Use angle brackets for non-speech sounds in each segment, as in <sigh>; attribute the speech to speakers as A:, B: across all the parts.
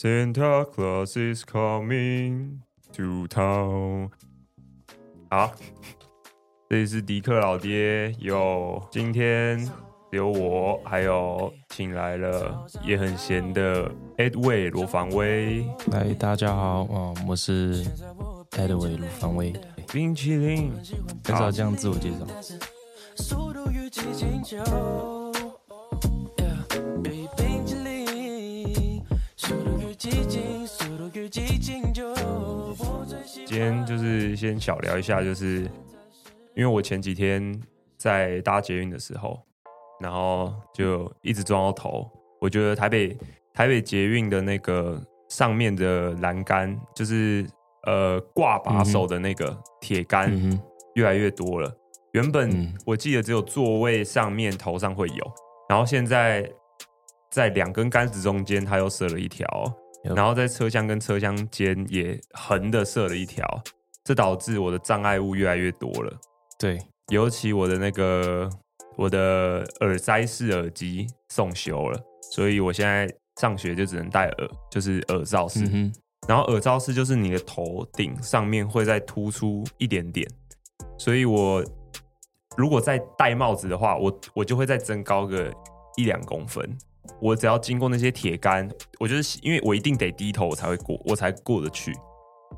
A: Santa Claus is coming to town。好，这里是迪克老爹，有今天只有我，还有请来了也很闲的 Edway 罗防威，
B: 来，大家好，哦，我是 Edway 卢凡威，对
A: 冰淇淋，
B: 很少这样自我介绍。
C: 速度与激情球。Yeah，比冰淇淋，速度与激情，速度与激情球。我最喜欢
A: 今天就是先小聊一下，就是因为我前几天在搭捷运的时候，然后就一直撞到头。我觉得台北台北捷运的那个上面的栏杆，就是呃挂把手的那个铁杆，
B: 嗯哼，
A: 越来越多了。原本
B: 嗯
A: 我记得只有座位上面头上会有，然后现在在两根杆子中间，它又设了一条，
B: Yep
A: 然后在车厢跟车厢间也横的设了一条，这导致我的障碍物越来越多了。
B: 对，
A: 尤其我的那个我的耳塞式耳机送修了，所以我现在上学就只能戴耳，就是耳罩式。
B: 嗯哼，
A: 然后耳罩式就是你的头顶上面会再突出一点点，所以我如果再戴帽子的话，我我就会再增高个一两公分。我只要经过那些铁杆，我就是因为我一定得低头我才会过，我才过得去。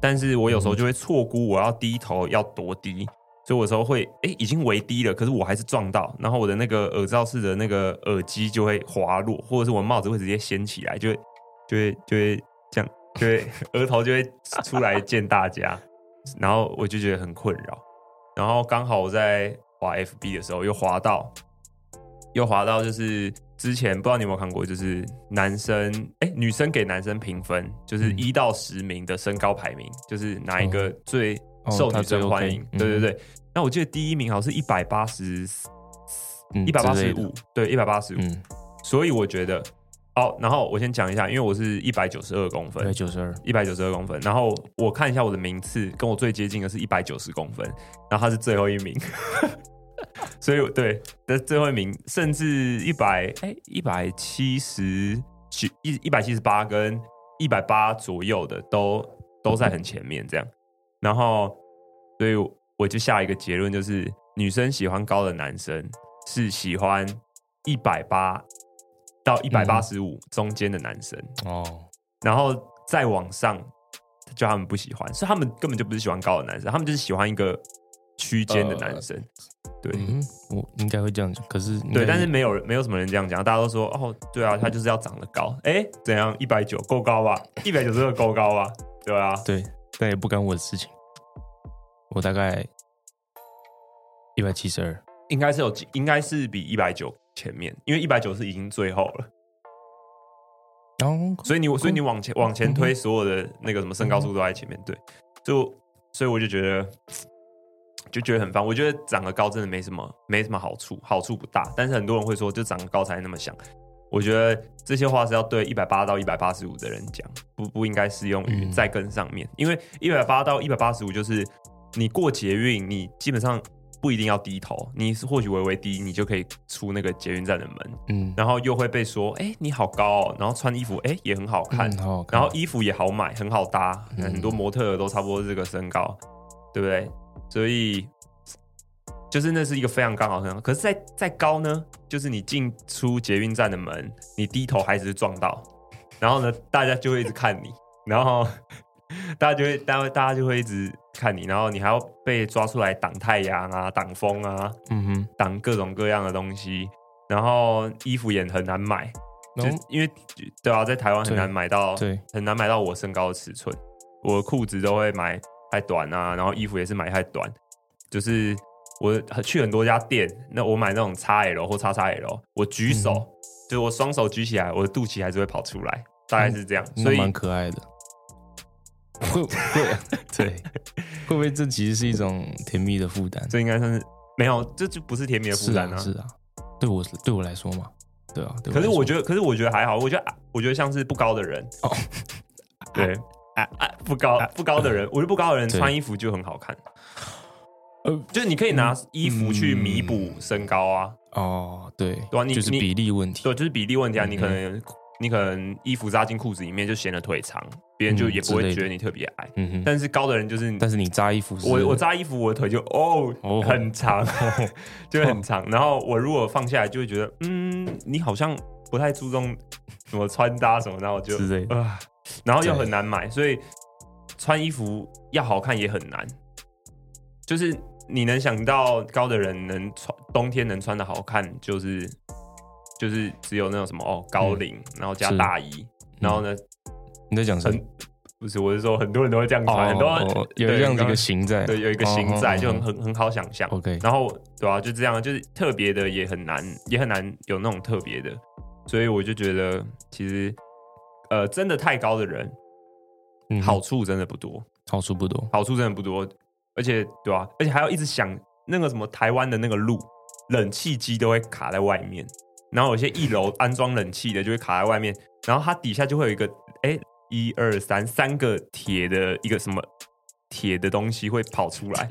A: 但是我有时候就会错估我要低头要多低，所以我有时候会哎、诶已经微低了，可是我还是撞到，然后我的那个耳罩式的那个耳机就会滑落，或者是我帽子会直接掀起来，就会就会就会这样，就会额头就会出来见大家， <laughs> 然后我就觉得很困扰。然后刚好我在滑 FB 的时候又滑到，又滑到就是之前不知道你有没有看过，就是男生哎、女生给男生评分，就是
B: 嗯
A: 一到十名的身高排名，就是哪一个最
B: 哦
A: 受
B: 他
A: 女
B: 最
A: 生欢
B: OK，
A: 迎？
B: 嗯
A: 对对对。那我记得第一名好像是一百八十
B: 嗯
A: 一百八
B: 之
A: 十
B: 类的
A: 五，对，一百八十五。
B: 嗯，
A: 所以我觉得，哦，然后我先讲一下，因为我是一百九十二公
B: 对，
A: 分，
B: 九十二，
A: 一百九十二公分。然后我看一下我的名次，跟我最接近的是一百九十公分，然后他是最后一名。 <laughs> 所以我对，但最后一名甚至一百哎一百七十九一一百七十八跟一百八左右的都都在很前面这样。然后，所以我就下一个结论就是，女生喜欢高的男生是喜欢一百八到一百八十五中间的男生。
B: 哦，
A: 然后再往上，就他们不喜欢，所以他们根本就不是喜欢高的男生，他们就是喜欢一个区间的男生。对、
B: 嗯哼，我应该会这样讲，可是应该
A: 对，但是没有人没有什么人这样讲，大家都说哦，对啊，他就是要长得高。哎，怎样？一百九够高吧？一百九十二够高吧？对啊，
B: 对，但也不干我的事情，我大概一百七十二，
A: 应该是有，应该是比一百九前面，因为一百九是已经最后了，
B: 然后
A: 所以你所以你往前往前推，所有的那个什么身高数都在前面。对，就所以我就觉得就觉得很烦。我觉得长得高真的没什么没什么好处，好处不大。但是很多人会说，就长得高才那么想。我觉得这些话是要对一百八到一百八十五的人讲，不不应该适用于
B: 嗯
A: 再更上面，因为一百八到一百八十五就是你过捷运，你基本上不一定要低头，你是或许微微低，你就可以出那个捷运站的门，
B: 嗯，
A: 然后又会被说，哎、你好高、哦，然后穿衣服，哎、也很好看，
B: 嗯好好看
A: 然后衣服也好买，很好搭，
B: 嗯
A: 很多模特儿都差不多这个身高，对不对？所以就是那是一个非常刚好很好。可是再，再高呢，就是你进出捷运站的门，你低头还只是撞到，然后呢，大家就会一直看你，然后 <laughs> 大家就会，大家大家就会一直看你，然后你还要被抓出来挡太阳啊，挡风啊，
B: 嗯哼，
A: 挡各种各样的东西，然后衣服也很难买。
B: 然
A: 就
B: 后
A: 因为对啊，在台湾很
B: 对
A: 难买到，
B: 对，
A: 很难买到我身高的尺寸。我的裤子都会买太短啊，然后衣服也是买太短。就是我去很多家店，那我买那种 XL 或 XXL，我举手，
B: 嗯
A: 就是我双手举起来，我的肚脐还是会跑出来，大概是这样。所
B: 哦那
A: 以
B: 蛮可爱的，会
A: <laughs>
B: 会对，会不会这其实是一种甜蜜的负担？
A: 这应该算是没有，这就不是甜米的负
B: 是
A: 担
B: 啊是啊，对我对我来说嘛，对啊，对
A: 可是
B: 来说
A: 我觉得，可是我觉得还好，我觉得我觉得像是不高的人
B: 哦，
A: 对啊啊不高不高的人，我觉得不高的人
B: 对
A: 穿衣服就很好看，
B: 呃嗯
A: 就是你可以拿衣服去弥补身高啊，
B: 哦，对，
A: 对啊你
B: 就是
A: 你
B: 比例问题，
A: 对，就是比例问题啊，
B: 嗯
A: 你可能你可能衣服扎进裤子里面就显得腿长，别人就
B: 嗯
A: 也不会
B: 之类的
A: 觉得你特别矮。
B: 嗯哼，但
A: 但是高的人就是
B: 但是你扎衣服是，
A: 我我扎衣服，我的腿就哦
B: 哦
A: 很长， <laughs> 就很长。然后我如果放下来，就会觉得嗯，你好像不太注重什么穿搭什么，然后我就
B: 之类的
A: 啊，然后又
B: 对
A: 很难买，所以穿衣服要好看也很难。就是你能想到高的人能穿冬天能穿的好看，就是就是只有那种什么哦高领，然后加
B: 嗯是
A: 大衣，然后呢，
B: 你在讲什么
A: 很？不是我是说很多人都会这样穿，很多人
B: 哦有
A: 对
B: 这样
A: 刚
B: 子一
A: 刚
B: 个形在，
A: 对，有一个
B: 哦
A: 形在，就很。
B: 哦哦
A: 很很好想象。
B: OK
A: 然后对啊，就这样，就是特别的也很难，也很难有那种特别的，所以我就觉得其实呃，真的太高的人，
B: 嗯
A: 好处真的不多，
B: 好处不多，
A: 好处真的不多，而且对啊，而且还要一直想那个什么台湾的那个路，冷气机都会卡在外面，然后有些一楼安装冷气的就会卡在外面，然后它底下就会有一个哎一二三三个铁的一个什么铁的东西会跑出来，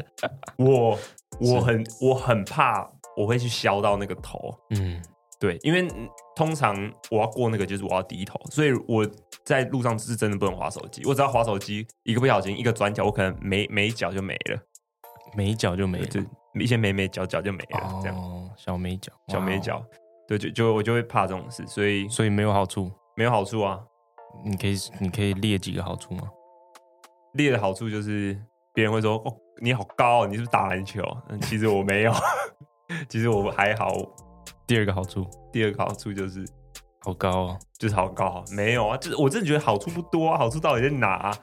A: 我我很我很怕我会去削到那个头，
B: 嗯，
A: 对，因为嗯通常我要过那个就是我要低头，所以我在路上是真的不能滑手机。我只要滑手机，一个不小心一个转角，我可能没没脚就没了，
B: 美脚就没了，
A: 就一些眉眉角角就没了，这样
B: 哦，小美脚，
A: 小眉
B: 哇
A: 角。对，就就我就会怕这种事，所以
B: 哦，所以没有好处。
A: 没有好处啊。
B: 你可以你可以列几个好处吗？
A: 列的好处就是别人会说：“哦，你好高、哦，你是不是打篮球？”嗯，其实我没有， <laughs> 其实我还好。
B: 第二个好处，
A: 第二个好处就是
B: 好高哦，
A: 就是好高，没有啊，就是我真的觉得好处不多啊，好处到底在哪啊、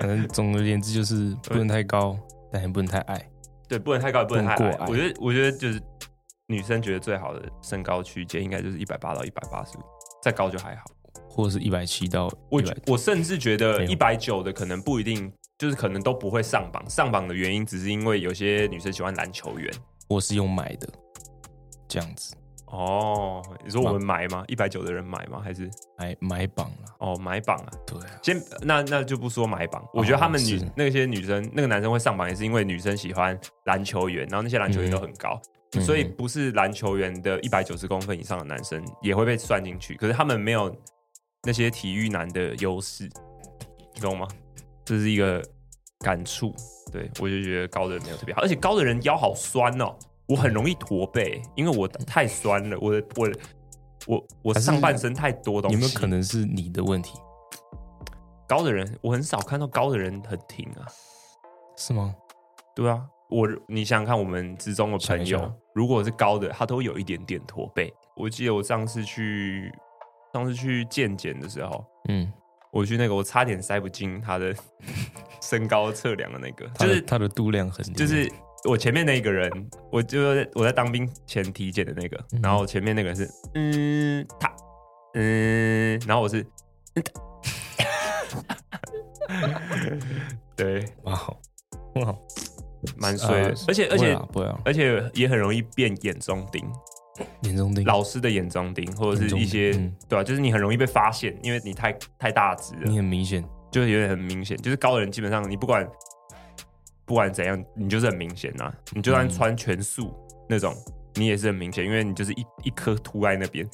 B: 反正总而言之就是不能太高，但也不能太矮。
A: 对，不能太高，也不能太
B: 不能
A: 矮。
B: 过矮
A: 我觉得，我觉得就是女生觉得最好的身高区间应该就是一百八到一百八十五，再高就还好。
B: 或者是一百七到
A: 我
B: 一百，
A: 我甚至觉得
B: 没
A: 一
B: 有
A: 百九的可能不一定，就是可能都不会上榜。上榜的原因只是因为有些女生喜欢篮球员。
B: 我是用买的，这样子
A: 哦，你说我们买吗？一百九的人买吗？还是
B: 买买榜啦。
A: 哦买榜啊？
B: 对啊，
A: 先那那就不说买榜，我觉得他们女、
B: 哦是
A: 那些女生那个男生会上榜，也是因为女生喜欢篮球员，然后那些篮球员都很高，
B: 嗯
A: 所以不是篮球员的一百九十公分以上的男生也会被算进去，可是他们没有那些体育男的优势，你懂吗？这是一个感触，对我就觉得高的人没有特别好，而且高的人腰好酸哦，我很容易驼背，因为我太酸了，我的我的我我
B: 还是
A: 上半身太多东西，
B: 有没有可能是你的问题？
A: 高的人，我很少看到高的人很挺啊。
B: 是吗？
A: 对啊，我你想想看，我们之中的朋
B: 想一
A: 友
B: 下，
A: 如果是高的，他都有一点点驼背。我记得我上次去上次去健检的时候，
B: 嗯，
A: 我去那个我差点塞不进他的 <laughs> 身高测量的那个，
B: 他
A: 就
B: 的
A: 是
B: 他的度量很啊
A: 就是我前面那个人，我就是我在当兵前体检的那个，
B: 嗯
A: 然后前面那个人是嗯他嗯，然后我是嗯他 <laughs> 对，
B: 哇好哇好，
A: 蛮衰的，
B: 呃
A: 而且而且
B: 不要
A: 而且也很容易变眼中钉，
B: 眼中钉，
A: 老师的眼中钉，或者
B: 嗯眼
A: 是
B: 中钉
A: 一些、
B: 嗯
A: 对啊，就是你很容易被发现，因为你太太大只
B: 你
A: 了，
B: 很明显，
A: 就是有点很明显。就是高的人基本上你不管不管怎样，你就是很明显呐、你就算
B: 嗯
A: 穿全素那种，你也是很明显，因为你就是一一颗凸在那边，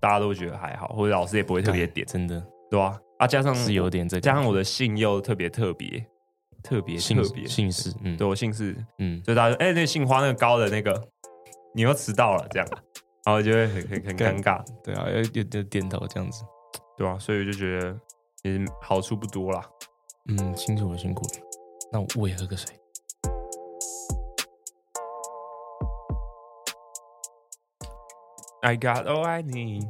A: 大家都觉得还好，或者老师也不会特别
B: 干
A: 点，
B: 真的
A: 对吧、啊？加上
B: 是有点这个
A: 加上我的姓又特别特别特别
B: 姓
A: 特别，
B: 姓氏，嗯，
A: 对我姓是
B: 嗯，
A: 就大家说，哎、那个杏花那个高的那个，你又迟到了，这样，然后就会很很很尴尬，
B: 对啊，要有点点头这样子，
A: 对吧、所以我就觉得，其实好处不多啦。
B: 嗯，辛苦了，辛苦了，那我也喝个水。
A: I got all I need。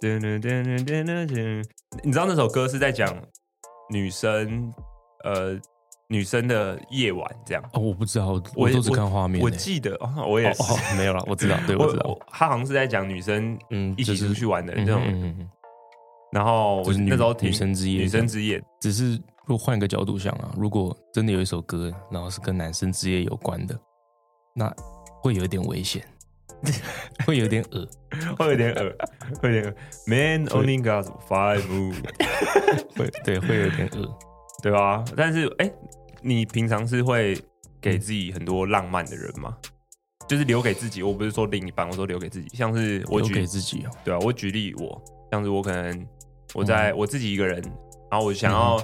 A: 噔噔噔噔噔噔噔你知道那首歌是在讲女生，呃，女生的夜晚这样。
B: 哦，我不知道，我我都只看画面欸。
A: 我记得，哦、我也
B: 哦
A: 是，
B: 哦，没有了，我知道，对，我知道，
A: 他好像是在讲女生
B: 嗯，
A: 一起
B: 就是
A: 出去玩的
B: 嗯
A: 这种。
B: 嗯嗯嗯
A: 然后我
B: 就是女
A: 那时候听
B: 女生之夜，
A: 女生之夜，
B: 只是如果换一个角度想啊，如果真的有一首歌，然后是跟男生之夜有关的，那会有一点危险， <laughs> 会有点恶，
A: <laughs> 会有点恶，会有点恶。Man only got five move，
B: 会对，会有点恶。
A: 对吧、但是，哎、你平常是会给自己很多浪漫的人吗？就是留给自己，我不是说另一半，我说留给自己。像是我
B: 留给
A: 举
B: 自己哦，
A: 对啊，我举例我，像是我可能我在、
B: 嗯
A: 我自己一个人，然后我想要、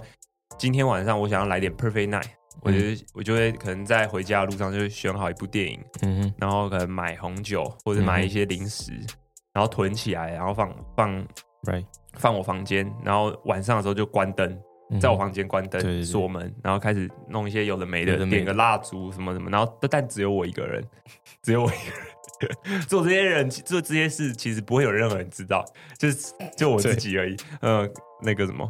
A: 今天晚上我想要来点 perfect night，我就、我就会可能在回家的路上就会选好一部电影，
B: 嗯哼，
A: 然后可能买红酒或者
B: 嗯
A: 买一些零食，然后囤起来，然后放放
B: Right 嗯
A: 放我房间，然后晚上的时候就关灯，在我房间关灯、
B: 对对对
A: 锁门，然后开始弄一些有的没
B: 有
A: 的，
B: 的没的
A: 点个蜡烛什么什么，然后但只有我一个人， <laughs> 只有我一个人 <laughs> 做这些人做这些事，其实不会有任何人知道，就是就我自己而已。呃，那个什么，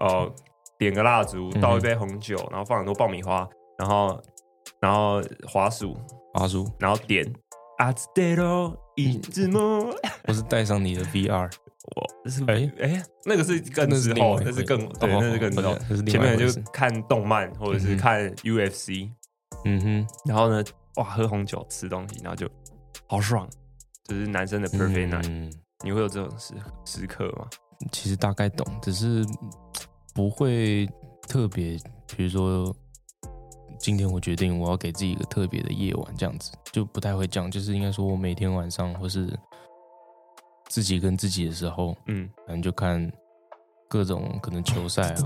A: 呃，点个蜡烛，
B: 哼
A: 倒一杯红酒，然后放很多爆米花，然后然后滑鼠，
B: 阿叔，
A: 然后点阿兹德罗一只梦，
B: 我是带上你的 VR，
A: 我是
B: 嗯哎
A: 哎哎，那个是更
B: 那是
A: 之
B: 另外
A: 后
B: 一，回
A: 那是更对，
B: 哦
A: 那是更之后
B: 哦。那是另
A: 前
B: 外一
A: 面
B: 回
A: 就
B: 事
A: 看动漫或者是
B: 嗯哼
A: 看 UFC，、
B: 嗯哼
A: 然后呢，哇，喝红酒吃东西，然后就好爽，就是男生的 perfect night、
B: 嗯
A: 你会有这种时时刻吗？
B: 其实大概懂，只是嗯不会特别，比如说今天我决定我要给自己一个特别的夜晚，这样子就不太会这样。就是应该说我每天晚上或是自己跟自己的时候，
A: 嗯，
B: 反正就看各种可能球赛 <laughs> 啊，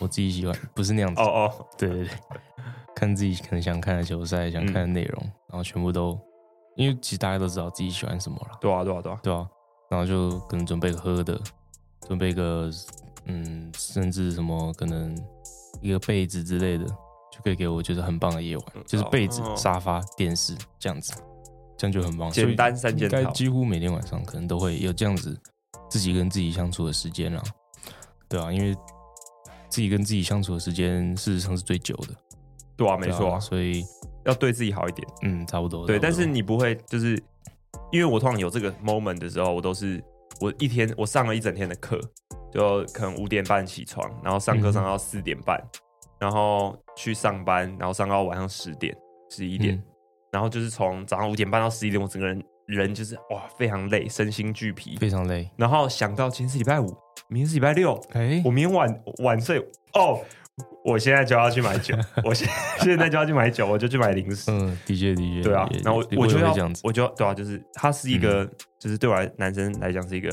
B: 我自己喜欢，不是那样子
A: 哦，哦，
B: 对对对，看自己可能想看的球赛、想看的内容，然后全部都，因为其实大家都知道自己喜欢什么了，
A: 对啊，对啊，对啊，
B: 对啊，然后就可能准备个喝的，准备个嗯，甚至什么可能一个被子之类的，就可以给我觉得很棒的夜晚，就是被子、
A: 哦
B: 沙发、电视这样子，这样就很棒。所以
A: 简单三件
B: 应该
A: 套，
B: 几乎每天晚上可能都会有这样子自己跟自己相处的时间啦，对啊，因为自己跟自己相处的时间事实上是最久的，
A: 对啊，没
B: 对
A: 错、
B: 啊
A: 啊，
B: 所以
A: 要对自己好一点。
B: 嗯，差不多，
A: 对，
B: 差
A: 但
B: 不多
A: 是你不会就是，因为我通常有这个 moment 的时候，我都是我一天我上了一整天的课，就可能五点半起床，然后上课
B: 嗯
A: 上到四点半，然后去上班，然后上到晚上十点十一点，
B: 嗯
A: 然后就是从早上五点半到十一点，我整个人人就是哇非常累，身心俱疲，
B: 非常累，
A: 然后想到今天是礼拜五，明天是礼拜六，
B: 哎
A: 我明天晚晚睡哦。我现在就要去买酒，我现 <laughs> 现在就要去买酒，我就去买零食。
B: 嗯，的确的确，
A: 对啊
B: 也，
A: 然后我
B: 也
A: 我
B: 也
A: 就
B: 会
A: 要
B: 这样子，嗯
A: 我就要对啊，就是它是一个，就是对我来男生来讲是一个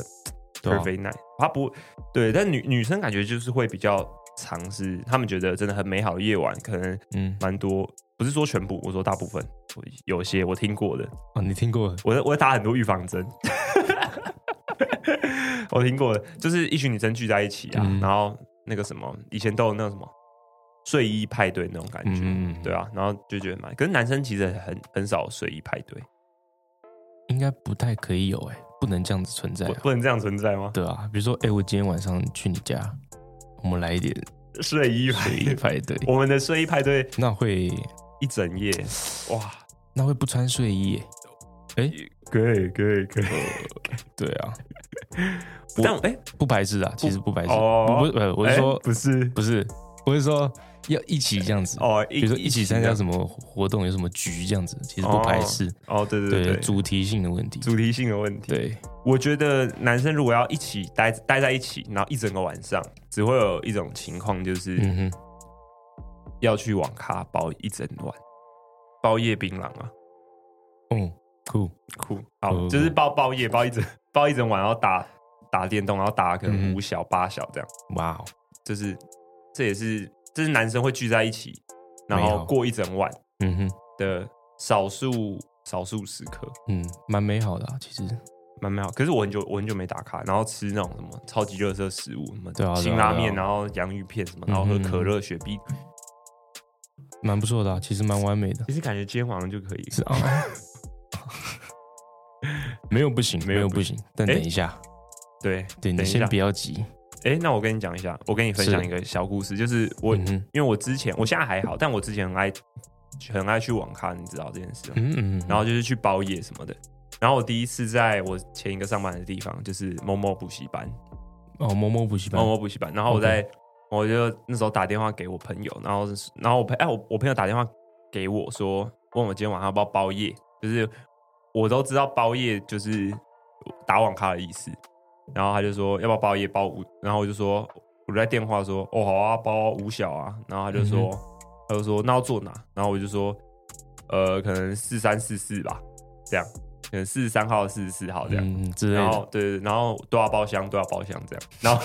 B: 对啊
A: perfect night，它不对，但女女生感觉就是会比较尝试，他们觉得真的很美好的夜晚，可能
B: 嗯，
A: 蛮多，不是说全部，我说大部分，我有些我听过的，
B: 哦，你听过
A: 我我打很多预防针， <laughs> 我听过的，就是一群女生聚在一起啊，
B: 嗯
A: 然后那个什么，以前都有那个什么睡衣派对那种感觉，
B: 嗯嗯嗯
A: 对啊，然后就觉得蛮，可是男生其实很很少有睡衣派对。
B: 应该不太可以有，哎，不能这样子存在
A: 不
B: 啊，
A: 不能这样存在吗？ <laughs>
B: 对啊，比如说，哎，我今天晚上去你家，我们来一点
A: 睡衣派
B: 随意派对，
A: 我们的睡衣派对
B: 那会
A: 一整夜，哇，
B: 那会不穿睡衣耶，
A: 可以可以可以。
B: 对啊，我
A: 呃但哎、
B: 不排斥啊，其实不排斥。
A: 哦
B: 不不，呃，我是说、
A: 哎不是
B: 不是，我是说要一起这样子。
A: 哦，
B: 比如说一起参加
A: 么？
B: 什么活动，有什么局这样子，其实不排斥。
A: 哦，对对
B: 对
A: 对，主
B: 主题性的问题。
A: 主题性的问题。
B: 对，
A: 我觉得男生如果要一起待待在一起，然后一整个晚上，只会有一种情况，就是
B: 嗯哼，
A: 要去网咖包一整晚，包夜槟榔啊，
B: 嗯，酷，
A: 酷，好，
B: 嗯
A: 就是包包夜包一整包一整晚，然后打打电动，然后打可能
B: 嗯
A: 五小八小这样。
B: 哇哦，
A: 就是这也是这是男生会聚在一起，
B: 美
A: 然
B: 好
A: 后过一整晚
B: 嗯哼，
A: 的少数少数时刻，
B: 嗯，蛮美好的啊，其实。
A: 蛮蛮好。可是我很久我很久没打卡，然后吃那种什么超级热色食物，什么
B: 对啊对啊
A: 辛拉面，
B: 对啊
A: 然后洋芋片什么，然后喝
B: 嗯哼
A: 可乐、雪碧，
B: 蛮不错的、啊，其实蛮完美的，
A: 其实感觉今天晚上就可以。
B: 是啊， <laughs> 没有不行，没有不行，但
A: 哎
B: 等一下，
A: 对
B: 对你
A: 等一下
B: 先不要急，
A: 哎，那我跟你讲一下，我跟你分享一个小故事，就是我
B: 嗯哼，
A: 因为我之前我现在还好，但我之前很爱很爱去网咖，你知道这件事吗？
B: 嗯嗯，嗯
A: 然后就是去包夜什么的。然后我第一次在我前一个上班的地方，就是某某补习班，
B: 哦，某某补习班
A: 某，某补习班。然后我在我就那时候打电话给我朋友，然后然后我朋哎我我朋友打电话给我说，问我今天晚上要不要包夜，就是我都知道包夜就是打网咖的意思。然后他就说要不要包夜包五，然后我就说我就在电话说哦好啊包五小啊，然后他就
B: 嗯
A: 说、他就说那要坐哪，然后我就说呃可能四三四四吧这样，可能四十三号、四十四号这样。
B: 嗯之类
A: 然
B: 的。
A: 后对，然后都要包厢，都要包厢这样。然后，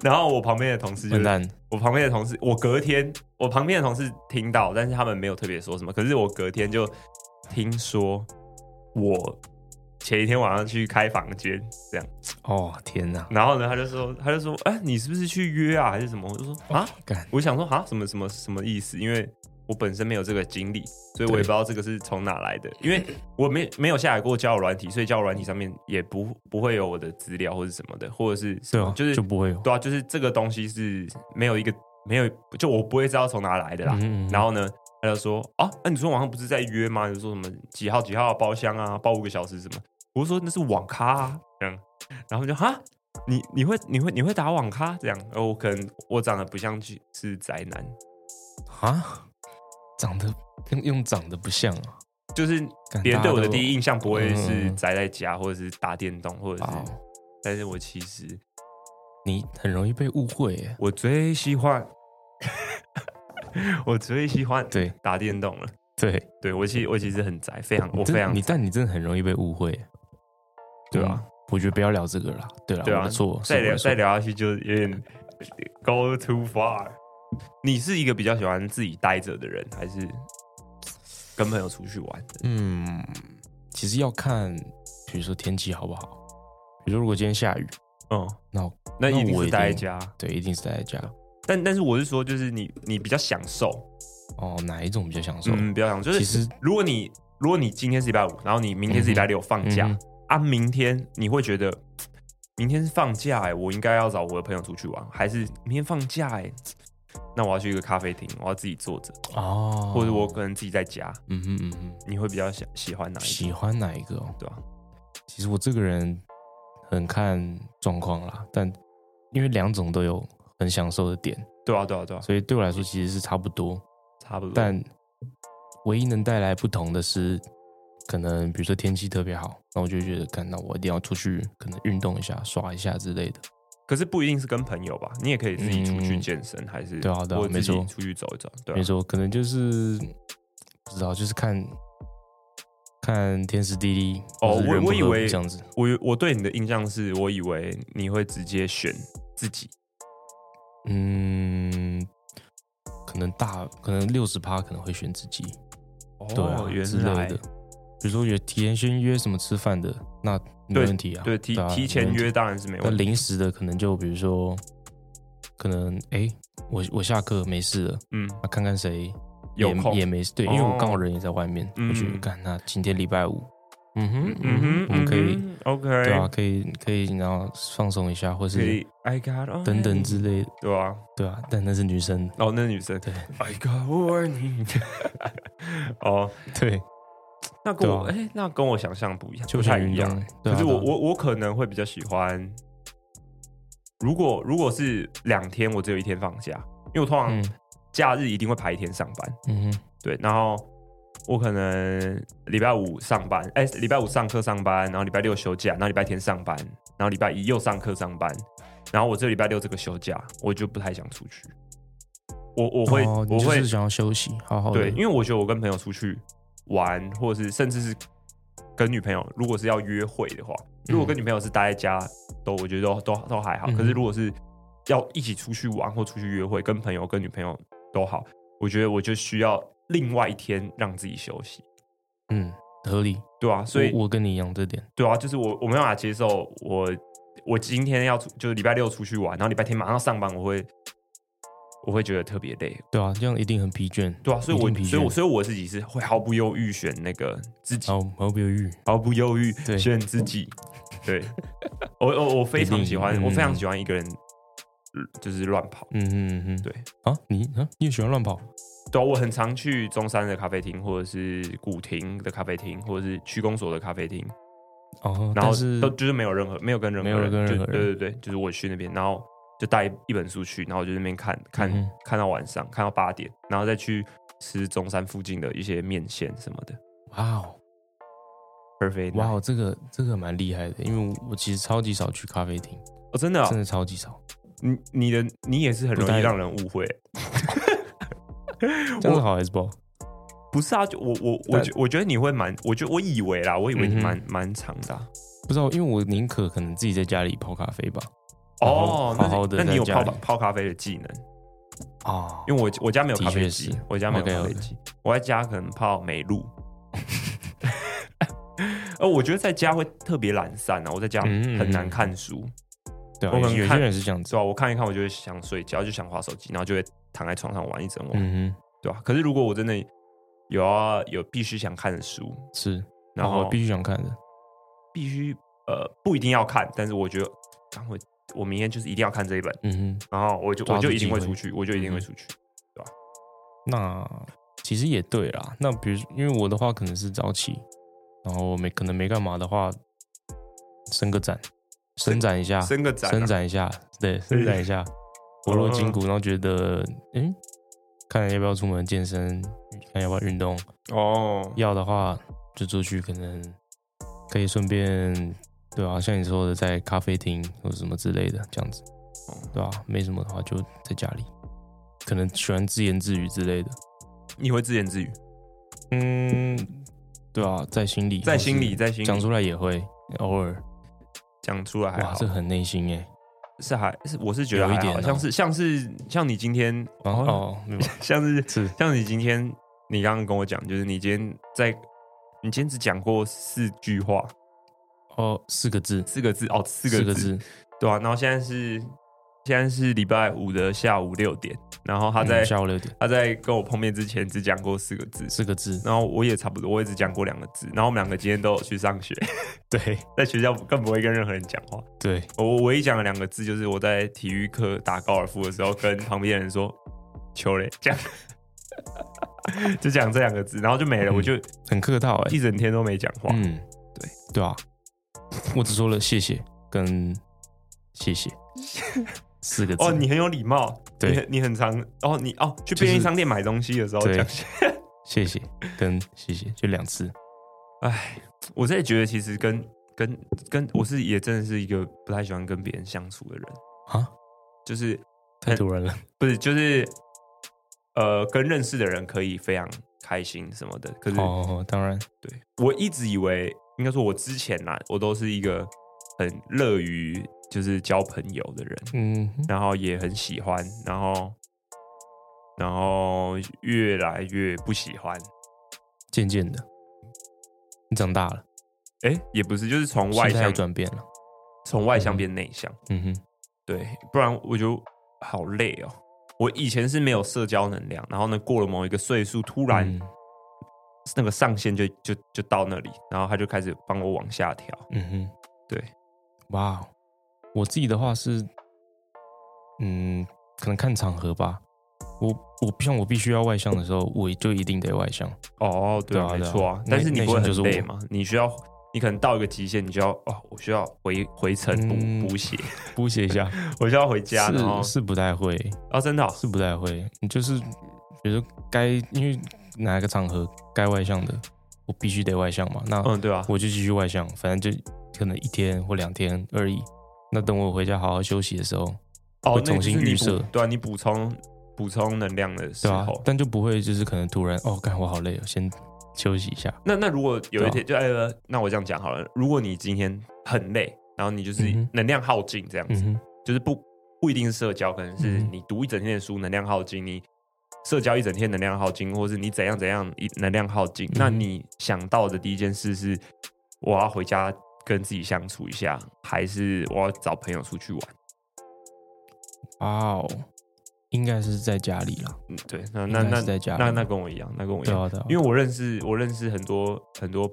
A: <laughs> 然后我旁边的同事就
B: 笨
A: 是
B: 蛋，
A: 我旁边的同事，我隔天我旁边的同事听到，但是他们没有特别说什么。可是我隔天就听说，我前一天晚上去开房间这样，
B: 哦天哪，
A: 然后呢，他就说，他就说，哎、你是不是去约啊，还是什么？我就说啊，
B: 哦干，
A: 我想说啊，什么什么什么意思？因为我本身没有这个经历，所以我也
B: 对
A: 不知道这个是从哪来的。因为我没没有下载过交友软体，所以交友软体上面也不不会有我的资料或者什么的，或者是什
B: 对
A: 么
B: 哦，
A: 就是
B: 就不会有，
A: 对啊，就是这个东西是没有一个没有，就我不会知道从哪来的啦。
B: 嗯嗯嗯
A: 然后呢，他就说啊，那、你昨天晚上不是在约吗？你说什么几号几号包厢啊，包五个小时什么？我就说那是网咖啊，这样。然后就哈，你你会你会你会打网咖这样？然后我可能我长得不像是是宅男，
B: 啊，长得用用长得不像啊，
A: 就是
B: 干
A: 别人对我的第
B: 一，
A: 一印象不会是
B: 嗯
A: 宅在家或者是打电动或者是
B: 哇哦，
A: 但是我其实
B: 你很容易被误会耶。
A: 我最喜欢， <laughs> 我最喜欢
B: 对
A: 打电动了。
B: 对，
A: 对我其实我其实很宅，非常
B: 你
A: 我
B: 真
A: 非常
B: 你，但你真的很容易被误会耶。
A: 对啊
B: 嗯，我觉得不要聊这个啦。对啦，
A: 对
B: 我
A: 啊
B: 的错，，是
A: 再
B: 我的
A: 聊
B: 错
A: 再，聊下去就有点呃 go too far。你是一个比较喜欢自己待着的人，还是跟朋友出去玩的？
B: 嗯，其实要看，比如说天气好不好。比如说，如果今天下雨，
A: 嗯，
B: 那我
A: 那
B: 那
A: 一定
B: 我
A: 是
B: 一
A: 待在
B: 定
A: 家。
B: 对，一定是待在家。
A: 但但是我是说，就是你你比较享受，
B: 哦，哪一种比较享受？
A: 嗯，比较享受。就
B: 其
A: 是
B: 实
A: 如果你如果你今天是礼拜五，然后你明天是礼拜六放假、
B: 嗯哼
A: 啊，明天你会觉得。明天是放假哎、我应该要找我的朋友出去玩，还是明天放假哎、那我要去一个咖啡厅，我要自己坐着。
B: 哦，
A: 或者我可能自己在家，
B: 嗯哼嗯哼，
A: 你会比较喜喜欢哪一种？
B: 喜欢哪一个、哦？
A: 对吧、
B: 其实我这个人很看状况啦，但因为两种都有很享受的点，
A: 对啊，对啊，对啊，
B: 所以对我来说其实是差不多。
A: 差不多。
B: 但唯一能带来不同的是，可能比如说天气特别好，那我就觉得，干，那我一定要出去，可能运动一下、耍一下之类的。
A: 可是不一定是跟朋友吧，你也可以自己出去
B: 嗯
A: 健身，还是
B: 对啊对啊
A: 或者自己
B: 没错
A: 出去走一走，对、啊，
B: 没，错，可能就是不知道，就是看看天时地利。
A: 哦
B: 或是人
A: 我我
B: 不
A: 以
B: 合
A: 为
B: 这样子，
A: 我我对你的印象是我以为你会直接选自己，
B: 嗯，可能大，可能六十趴可能会选自己。对啊、
A: 哦原
B: 之类
A: 来
B: 的。比如说有提前先约什么吃饭的，那没
A: 对
B: 问题啊。
A: 对提
B: 啊
A: 提前。
B: 没问
A: 约
B: 题
A: 当然是没
B: 那
A: 问题，
B: 临时的可能就比如说，可能哎、诶我我下课没事了，
A: 嗯，
B: 那看看谁
A: 有
B: 也
A: 空
B: 也没事。对，因为
A: 哦
B: 我刚好人也在外面，
A: 嗯
B: 我觉得干那今天礼拜五，嗯哼嗯
A: 嗯
B: 哼
A: 哼，，
B: 我们可以
A: 嗯哼，OK，
B: 对啊，可以可以，然后放松一下，或
A: 可
B: 是
A: 以，I got on，
B: 等等之类的，
A: 对啊，
B: 对啊，但那是
A: <laughs>
B: 女生，
A: 哦，那女生
B: 对
A: ，I got warning，哦， <laughs>
B: 对，
A: 那跟我哎、
B: 对啊
A: 那跟我想象不一样，
B: 就
A: 不太
B: 想
A: 一
B: 运
A: 样。
B: 动。
A: 可
B: 对啊
A: 是
B: 对
A: 我
B: 啊
A: 我我可能会比较喜欢，如果如果是两天，我只有一天放假，因为我通常
B: 嗯
A: 假日一定会排一天上班，
B: 嗯哼
A: 对，然后我可能礼拜五上班，哎、礼拜五上课上班，然后礼拜六休假，然后礼拜天上班，然后礼拜一又上课上班，然后我这礼拜六这个休假，我就不太想出去，我我会、
B: 哦
A: 我
B: 你就
A: 会
B: 是想要休息，好好的
A: 对，因为我觉得我跟朋友出去玩，或者是甚至是跟女朋友，如果是要约会的话，如果跟女朋友是待在家，都我觉得都都都还好。
B: 嗯哼
A: 可是如果是要一起出去玩或出去约会，跟朋友跟女朋友都好，我觉得我就需要另外一天让自己休息，
B: 嗯合理。
A: 对啊，所以
B: 我我跟你一样这点，
A: 对啊，就是我我没办法接受我我今天要出就是礼拜六出去玩，然后礼拜天马上上班，我会我会觉得特别累，
B: 对啊，这样一定很疲倦。
A: 对啊，所以我
B: 一定疲倦
A: 所以我所以我自己是会毫不犹豫选那个自己
B: 好，毫不犹豫，
A: 毫不犹豫
B: 对
A: 选自己。对，我我我非常喜欢，
B: 嗯
A: 我非常喜欢一个人，呃就是乱跑。
B: 嗯嗯嗯，
A: 对
B: 啊，你啊，你也喜欢乱跑？
A: 对啊、我很常去中山的咖啡厅，或者是古亭的咖啡厅，或者是区公所的咖啡厅，
B: 哦，
A: 然后
B: 但是
A: 都就是没有任何没有跟任何
B: 没有跟任何
A: 就
B: 人
A: 对对对，就是我去那边，然后就带一本书去，然后我就在那边看看、
B: 嗯哼
A: 看到晚上，看到八点，然后再去吃中山附近的一些面线什么的。
B: 哇哦，
A: Perfect，
B: 哇
A: 哇，
B: 哦，这个这个蛮厉害的，因为我其实超级少去咖啡厅，
A: 哦，真的、哦
B: 真，的超级少，
A: 你你的你也是很容
B: 不
A: 易
B: 太
A: 让人误会，
B: 这样子好还是不好？
A: 不是啊，就我我我
B: 但
A: 觉我觉得你会蛮，我觉得我以为啦，我以为你
B: 嗯哼
A: 蛮蛮长的啊、
B: 不知道，因为我宁可可能自己在家里泡咖啡吧。
A: 哦，
B: 好好
A: 那
B: 的
A: 你那你有泡
B: 吧？
A: 泡咖啡的技能？
B: 啊
A: 因为我我家没有
B: 的
A: 咖啡
B: 确
A: 机
B: 是，
A: 我家没有
B: OK，
A: 咖啡
B: OK
A: 机，我在家可能泡美露。 <laughs> 呃，我觉得在家会特别懒散啊，我在家
B: 嗯嗯
A: 很难
B: 嗯
A: 看书，
B: 对啊，
A: 我可能
B: 有有
A: 看
B: 些人是这样子
A: 对。吧、我看一看，我就会想睡觉，就想划手机，然后就会躺在床上玩一整晚，
B: 嗯哼，
A: 对吧、可是如果我真的有要有必须想看的书，
B: 是，
A: 然后
B: 哦必须想看的。
A: 必须呃不一定要看，但是我觉得，然后我明天就是一定要看这一本，
B: 嗯哼，
A: 然后我就
B: 抓
A: 我
B: 住
A: 就一定会
B: 机
A: 出
B: 会
A: 去，我就一定会
B: 嗯哼
A: 出去。
B: 那其实也对啦。那比如，因为我的话可能是早起，然后没可能没干嘛的话，伸个展，
A: 伸
B: 伸展一下，
A: 伸个展、
B: 啊
A: 啊
B: 伸，展一下，
A: <laughs>
B: 对，伸展一下，活
A: 嗯
B: 络筋骨，然后觉得，嗯，看要不要出门健身，看要不要运动，
A: 哦，
B: 要的话就出去，可能可以顺便，对啊，像你说的，在咖啡厅或者什么之类的，这样子，
A: 嗯
B: 对啊，没什么的话就在家里，可能喜欢自言自语之类的，
A: 你会自言自语，
B: 嗯，对啊，在心里，
A: 在心里，，在心
B: 讲
A: 里
B: 出来也会，偶尔，
A: 讲出来还
B: 哇，
A: 好，
B: 这很内心哎，
A: 是还是我是觉得
B: 有一
A: 还好，
B: 点哦
A: 像是像是像你今天，
B: 然后哦，没有
A: 像是
B: 是，
A: 像你今天，你刚刚跟我讲，就是你今天在，你今天只讲过四句话，
B: 哦，四个字，
A: 四个字哦，四
B: 四
A: 个
B: 个
A: 字，
B: 字，
A: 对啊，然后现在是现在是礼拜五的下午六点，然后他在、
B: 嗯下午六点，
A: 他在跟我碰面之前只讲过四个字，
B: 四个字，
A: 然后我也差不多，我也只讲过两个字，然后我们两个今天都有去上学， <laughs>
B: 对
A: 在学校更不会跟任何人讲话。
B: 对，
A: 我我唯一讲的两个字就是我在体育课打高尔夫的时候，跟旁边的人说“球嘞”， <laughs> 这样就讲这两个字，然后就没了，
B: 嗯
A: 我就
B: 很客套哎
A: 一，整天都没讲话。
B: 嗯，
A: 对
B: 对啊，我只说了谢谢跟谢 <laughs> 谢四个字。
A: 哦，你很有礼貌，
B: 对
A: 你很你很常哦，你哦去
B: 就是
A: 便利商店买东西的时候
B: 对
A: 讲，
B: <laughs> 谢谢跟谢谢就两次，
A: 哎，我真的觉得其实跟跟跟我是也真的是一个不太喜欢跟别人相处的人
B: 啊，
A: 就是
B: 太突 <laughs> 然了。
A: 不是就是呃跟认识的人可以非常开心什么的，可是
B: 哦，当然，
A: 对我一直以为，应该说我之前啦，我都是一个很乐于就是交朋友的人，
B: 嗯，
A: 然后也很喜欢，然后然后越来越不喜欢。
B: 渐渐的，你长大了，
A: 哎，也不是，就是从外
B: 心态
A: 向
B: 也转变了。
A: 从外向
B: 嗯
A: 变内向，
B: 嗯哼，
A: 对，不然我就好累哦。我以前是没有社交能量，然后呢，过了某一个岁数，突然
B: 嗯
A: 那个上限就就就到那里，然后他就开始帮我往下调。
B: 嗯哼，
A: 对，
B: 哇哦，我自己的话是，嗯，可能看场合吧。我我像我必须要外向的时候，我就一定得外向。
A: 哦，对啊，
B: 对啊
A: 没
B: 对啊
A: 错啊。
B: 内
A: 但是你不会
B: 内心就是
A: 很
B: 我
A: 累吗？你需要，你可能到一个极限，你就要哦，我需要回回程
B: 嗯
A: 补补血，
B: 补写一下，
A: 我需要回家，然后
B: 是是不太会，
A: 哦，真的哦
B: 是不太会，你就是比如说该因为哪个场合该外向的，我必须得外向嘛，那
A: 嗯，对啊，
B: 我就继续外向，反正就可能一天或两天而已。那等我回家好好休息的时候，
A: 哦
B: 会，
A: 那
B: 重新
A: 就是你
B: 预设
A: 补对啊，你补充补充能量的时
B: 对啊
A: 候，，
B: 但就不会就是可能突然哦，干我好累哦，先休息一下。
A: 那那如果有一
B: 对啊
A: 天就呃，那我这样讲好了，如果你今天很累，然后你就是
B: 嗯哼
A: 能量耗尽这样
B: 嗯
A: 子，
B: 哼，
A: 就是不不一定是社交，可能是
B: 嗯哼
A: 你读一整天的书能量耗尽，你社交一整天能量耗尽，或是你怎样怎样一能量耗尽。那
B: 嗯
A: 你想到的第一件事是，我要回家跟自己相处一下，还是我要找朋友出去玩？
B: 哇哦，应该是在家里啦。
A: 嗯，对，那那
B: 应该
A: 那
B: 是在家
A: 那那跟我一样，那跟我一
B: 对
A: 样，
B: 啊，对啊，
A: 因
B: 为
A: 为我认识我认识很多很多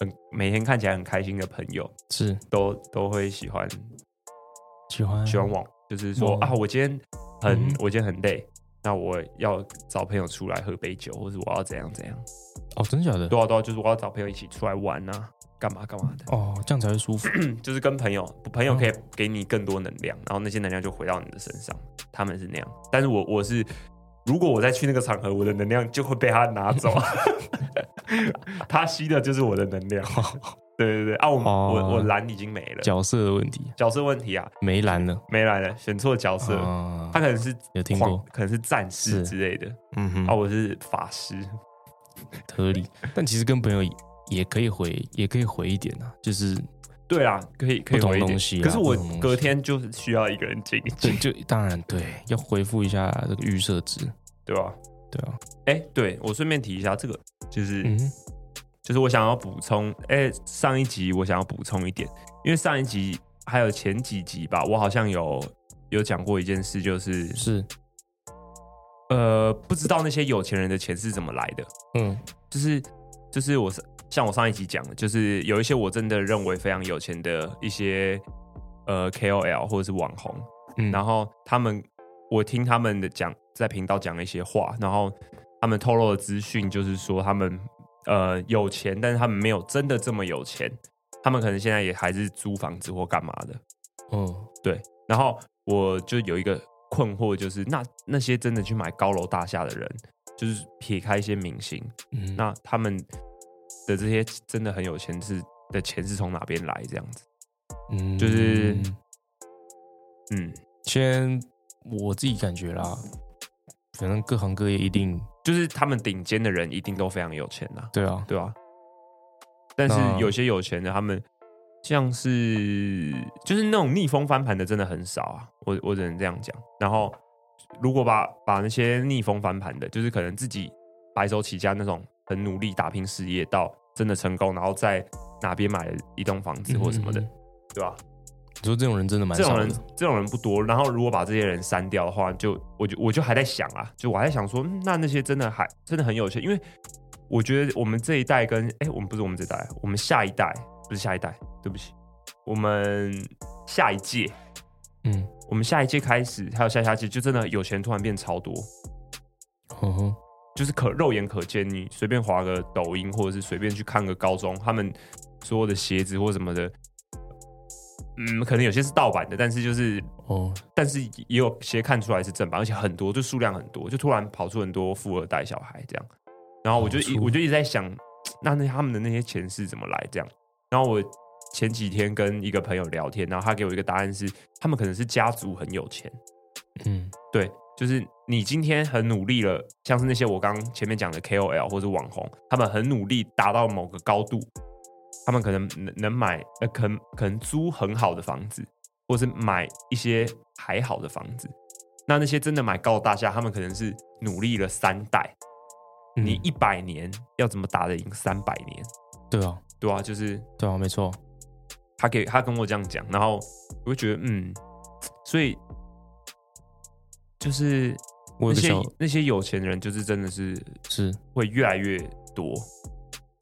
A: 很每天看起来很开心的朋友，
B: 是
A: 都都会喜欢
B: 喜欢
A: 喜欢网，就是说、
B: 嗯
A: 啊，我今天很、
B: 嗯
A: 我今天很累，那我要找朋友出来喝杯酒，或者我要怎样怎样，
B: 哦，真的假的？
A: 对啊对啊，就是我要找朋友一起出来玩啊，干嘛干嘛的，
B: 哦，这样才会舒服。
A: 嗯就是跟朋友，朋
B: 嗯
A: 友可以给你更多能量，然后那些能量就回到你的身上，他们是那样，但是我我是。如果我再去那个场合，我的能量就会被他拿
B: <laughs>
A: 走，他吸的就是我的能
B: <laughs>
A: 量。对对对，啊，我、
B: 哦
A: 我我蓝已经没了，
B: 角色的问题，
A: 角色问题啊，
B: 梅兰了。
A: 没来了，选错角色，
B: 啊
A: 他可能是
B: 有听
A: 狂
B: 过，
A: 可能是战士
B: 是
A: 之类的，
B: 嗯哼
A: 啊，我是法师，
B: 合理。但其实跟朋友也可以回，也可以回一点啊，就是
A: 对啦，可以可以
B: 不同
A: 回一点
B: 东西啊
A: 可是我
B: 不同东西
A: 隔天就是需要一个人静一
B: 对，
A: 静，
B: 就当然对，要回复一下这个预设值，
A: 对吧？
B: 对啊，
A: 哎、对我顺便提一下，这个就是、
B: 嗯，
A: 就是我想要补充，哎、上一集我想要补充一点，因为上一集还有前几集吧，我好像有有讲过一件事，就是
B: 是，
A: 呃，不知道那些有钱人的钱是怎么来的，
B: 嗯
A: 就是就是我上像我上一集讲的，就是有一些我真的认为非常有钱的一些呃 KOL 或者是网红，
B: 嗯，
A: 然
B: 后
A: 后他们我听他们的讲在频道讲了一些话，然后他们透露的资讯就是说他们呃有钱，但是他们没有真的这么有钱，他们可能现在也还是租房子或干嘛的，
B: 嗯，
A: 对，然后我就有一个困惑，就是那那些真的去买高楼大厦的人，就是撇开一些明星，
B: 嗯，
A: 那他们的这些真的很有钱是的钱是从哪边来？这样子，
B: 嗯
A: 就是嗯，
B: 先我自己感觉啦，反正各行各业一定
A: 就是他们顶尖的人一定都非常有钱呐、
B: 对啊，
A: 对吧、但是
B: 那
A: 有些有钱的，他们像是就是那种逆风翻盘的，真的很少啊。我我只能这样讲。然后如果把把那些逆风翻盘的，就是可能自己白手起家那种，很努力打拼事业到真的成功，然后在哪边买了一栋房子或什么的，
B: 嗯嗯
A: 对吧、
B: 你说这种人真的蛮
A: 这
B: 少
A: 种
B: 的
A: 人，这种人不多。然后如果把这些人删掉的话，就我就我就还在想啊，就我还在想说，嗯那那些真的还真的很有钱，因为我觉得我们这一代跟哎、我们不是我们这一代，我们下一代不是下一代，对不起，我们下一届，
B: 嗯，
A: 我们下一届开始还有下下届，就真的有钱突然变超多，
B: 呵呵，
A: 就是可肉眼可见，你随便划个抖音，或者是随便去看个高中，他们所有的鞋子或什么的。嗯，可能有些是盗版的，但是就是
B: 哦，
A: 但是也有些看出来是正版，而且很多，就数量很多，就突然跑出很多富二代小孩这样。然后我就
B: 跑
A: 一
B: 出
A: 我就一直在想，那那他们的那些钱是怎么来这样？然后我前几天跟一个朋友聊天，然后他给我一个答案是，他们可能是家族很有钱，
B: 嗯
A: 对，就是你今天很努力了，像是那些我刚前面讲的 KOL 或者网红，他们很努力达到某个高度，他们可能能能买，呃，可能可能租很好的房子，或是买一些还好的房子。那那些真的买高楼大厦，他们可能是努力了三代，
B: 嗯，
A: 你一百年要怎么打得赢三百年？
B: 对啊，
A: 对啊，就是
B: 对啊，没错，
A: 他给他跟我这样讲，然后我就觉得嗯，所以就是
B: 我有
A: 那
B: 个
A: 些
B: 小
A: 那些有钱人就是真的是
B: 是
A: 会越来越多，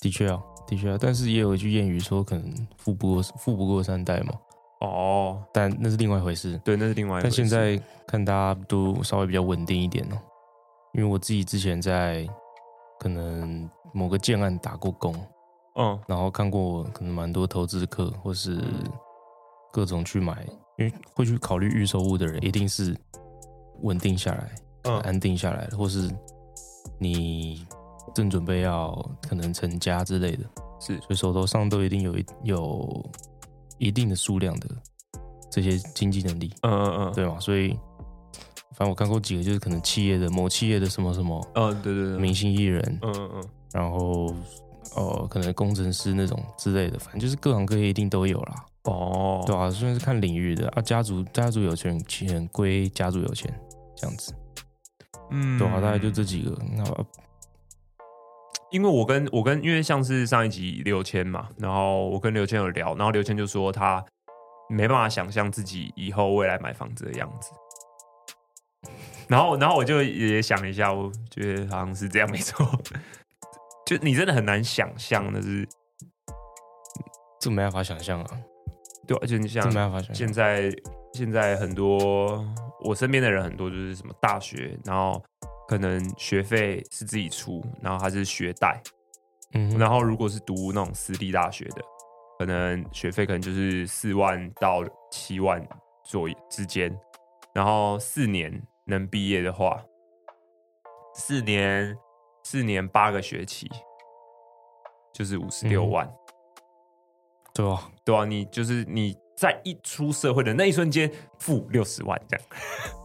B: 的确啊，的确啊，但是也有一句谚语说，可能富不过富不过三代嘛，
A: 哦，
B: 但那是另外一回事。
A: 对，那是另外一回
B: 但
A: 事。
B: 现在看大家都稍微比较稳定一点哦、因为我自己之前在可能某个建案打过工，
A: 嗯
B: 然后看过可能蛮多投资客或是各种去买，因为会去考虑预售物的人，一定是稳定下来、
A: 嗯
B: 安定下来的，或是你正准备要可能成家之类的，
A: 是
B: 所以手头上都一定有一有一定的数量的这些经济能力。
A: 嗯嗯嗯，
B: 对嘛？所以反正我看过几个，就是可能企业的某企业的什么什么
A: 嗯对对对，
B: 明星艺人，
A: 嗯嗯嗯
B: 然后呃，可能工程师那种之类的，反正就是各行各业一定都有啦，
A: 哦，
B: 对啊，虽然是看领域的啊，家族家族有钱钱归家族有钱这样子，
A: 嗯
B: 对啊，大概就这几个。那呃
A: 因为我跟我跟因为像是上一集刘谦嘛，然后我跟刘谦有聊，然后刘谦就说他没办法想象自己以后未来买房子的样子。然后，然后我就也想了一下，我觉得好像是这样，没错。 <laughs> 就你真的很难想象的是，
B: 这没办法想象啊，
A: 对、啊，而且你想
B: 这没办法想象
A: 现。在现在很多我身边的人很多就是什么大学，然后可能学费是自己出，然后还是学贷，
B: 嗯哼，
A: 然后如果是读那种私立大学的，可能学费可能就是四万到七万左右之间，然后四年能毕业的话，四年四年八个学期就是五十六
B: 嗯
A: 万，
B: 对啊，
A: 对啊，你就是你在一出社会的那一瞬间负六十万这样，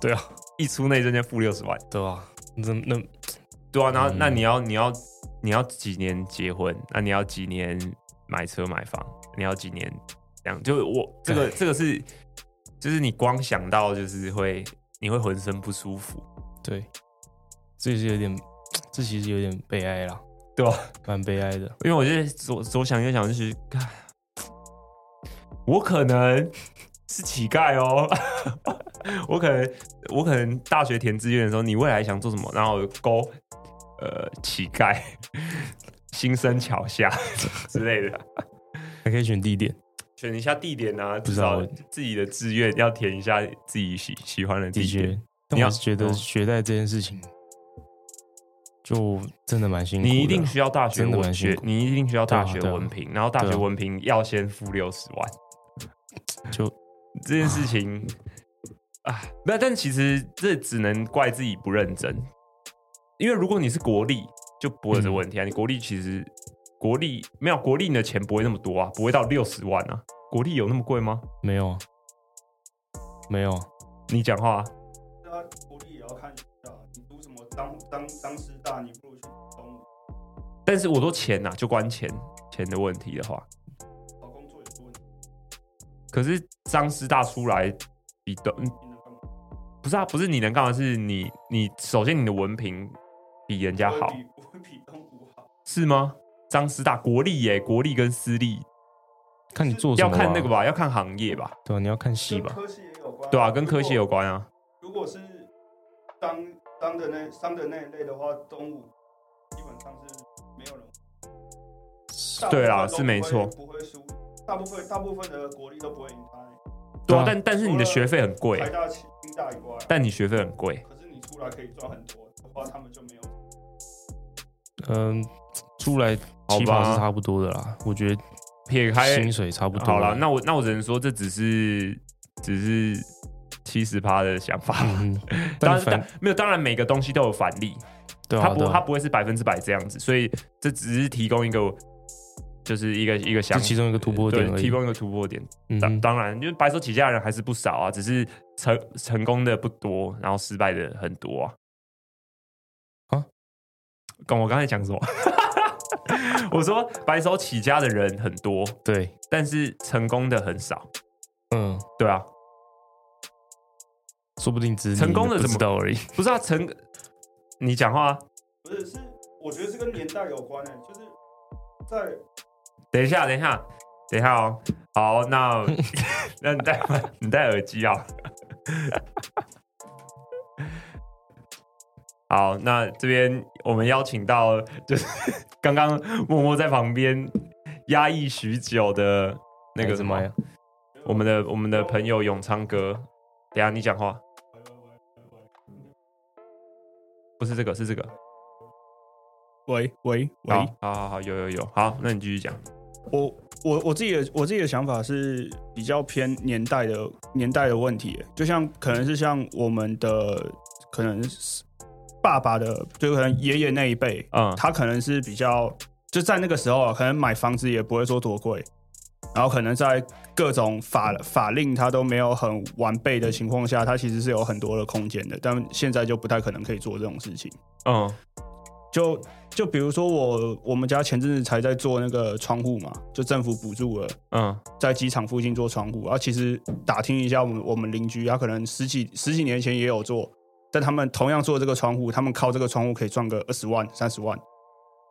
B: 对啊，
A: 一出那一瞬间负六十万，
B: 对啊，那那
A: 对啊，然后、
B: 嗯
A: 那你要你要你要几年结婚？那你要几年买车买房？你要几年这样？就我这个这个是，就是你光想到就是会你会浑身不舒服，
B: 对，这是有点，这其实有点悲哀啦，
A: 对啊吧、
B: 蛮悲哀的。
A: 因为我觉得左左想右想就是，干我可能是乞丐哦， <laughs> 我可能我可能大学填志愿的时候，你未来想做什么，然后我就勾呃乞丐、 <laughs> 新生桥下之类的，
B: 还可以选地点，
A: 选一下地点啊，至
B: 知道
A: 少自己的志愿要填一下自己喜喜欢的
B: 的
A: 地点。
B: 确，但
A: 你
B: 我
A: 要哦
B: 还是觉得学贷这件事情，就真的蛮辛苦的啊。
A: 你一定需要大学
B: 真的
A: 文
B: 蛮辛
A: 学
B: 苦，
A: 你一定需要大
B: 对啊
A: 学
B: 对啊
A: 文凭，然后大
B: 对啊
A: 学文凭要先付六十万。
B: <laughs> 就
A: <laughs> 这件事情啊，那但其实这只能怪自己不认真，因为如果你是国力，就不会有这个问
B: 嗯
A: 题啊。你国力其实国力没有国力，你的钱不会那么多啊，不会到六十万啊。国力有那么贵吗？
B: 没有啊，没有啊，
A: 你讲话啊、
D: 大家国力也要看一下，你读什么当当当师大，你不如去读东吴，
A: 但是我说钱呐、啊，就关钱钱的问题的话，
D: 找工作也是问题，
A: 可是张师大出来比的
D: 你能干嘛？
A: 不是啊，不是你能干嘛？是你你首先你的文凭比人家
D: 不会
A: 好
D: 比不会比东吴好，
A: 是吗？张师大国力耶、国力跟私立
B: 看你做什
A: 要
B: 么啊
A: 看那个，吧，要看行业吧，
B: 对啊，你要看戏
D: 跟
B: 吧，
D: 科系也有关，
A: 对啊，跟科系有。关啊。
D: 如果是当当的那当的那一类的话，东吴基本上是没有人大部分都不会，
A: 对啦是没错
D: 不会输，大部分大部分的国力都不会赢他，
A: 对啊
B: 对啊，
A: 但但是你的学费很贵
D: 台，大、清大以外，啊
A: 但你学费很贵，
D: 可是你出来可以赚很多的话，他们就没有。
B: 嗯，出来
A: 好
B: 起跑是
A: 吧？
B: 差不多的啦，我觉得
A: 撇开
B: 薪水差不多。啊
A: 好了，那我那我只能说，这只是只是七十趴的想法。
B: 嗯哼，
A: <laughs> 当
B: 但
A: 然，
B: 反
A: 但没有，当然每个东西都有反例，
B: 对啊，
A: 它不
B: 对啊
A: 它不会是百分之百这样子，所以这只是提供一个就是一个一个想
B: 这其中一个突破点
A: 对，
B: 而已
A: 提供一个突破点。
B: 嗯
A: 当
B: 哼，
A: 当然，因为白手起家的人还是不少啊，只是成成功的不多，然后失败的很多啊。
B: 啊？
A: 跟我刚才讲什么？ <laughs> 我说白手起家的人很多，
B: 对，
A: 但是成功的很少，
B: 嗯，
A: 对啊，
B: 说不定只是你
A: 成功的
B: 嗯不
A: 怎么
B: 知道而已。
A: 不是啊，成你讲话、啊，
D: 不是，是我觉得是跟年代有关的、就是在
A: 等一下，等一下，等一下哦。好，那那你戴你戴耳机啊。 <laughs> 好，那这边我们邀请到就是 <laughs> 刚刚默默在旁边压抑许久的那个什么
B: 哎呀，
A: 我们的我们的朋友永昌哥。等一下你讲话，不是这个，是这个。
E: 喂喂喂，
A: 好，好好好，有有有，好，那你继续讲。
D: 我我我自己的我自己的想法是比较偏年代的年代的问题耶，就像可能是像我们的可能是爸爸的，就可能爷爷那一辈，
A: 嗯，
D: 他可能是比较就在那个时候啊，可能买房子也不会说多贵，然后可能在各种法法令他都没有很完备的情况下，他其实是有很多的空间的，但现在就不太可能可以做这种事情。
A: 嗯
D: 就就比如说我我们家前阵子才在做那个窗户嘛，就政府补助了，
A: 嗯
D: 在机场附近做窗户。然、后啊其实打听一下我们我们邻居，他可能十几十几年前也有做，但他们同样做这个窗户，他们靠这个窗户可以赚个二十万三十万，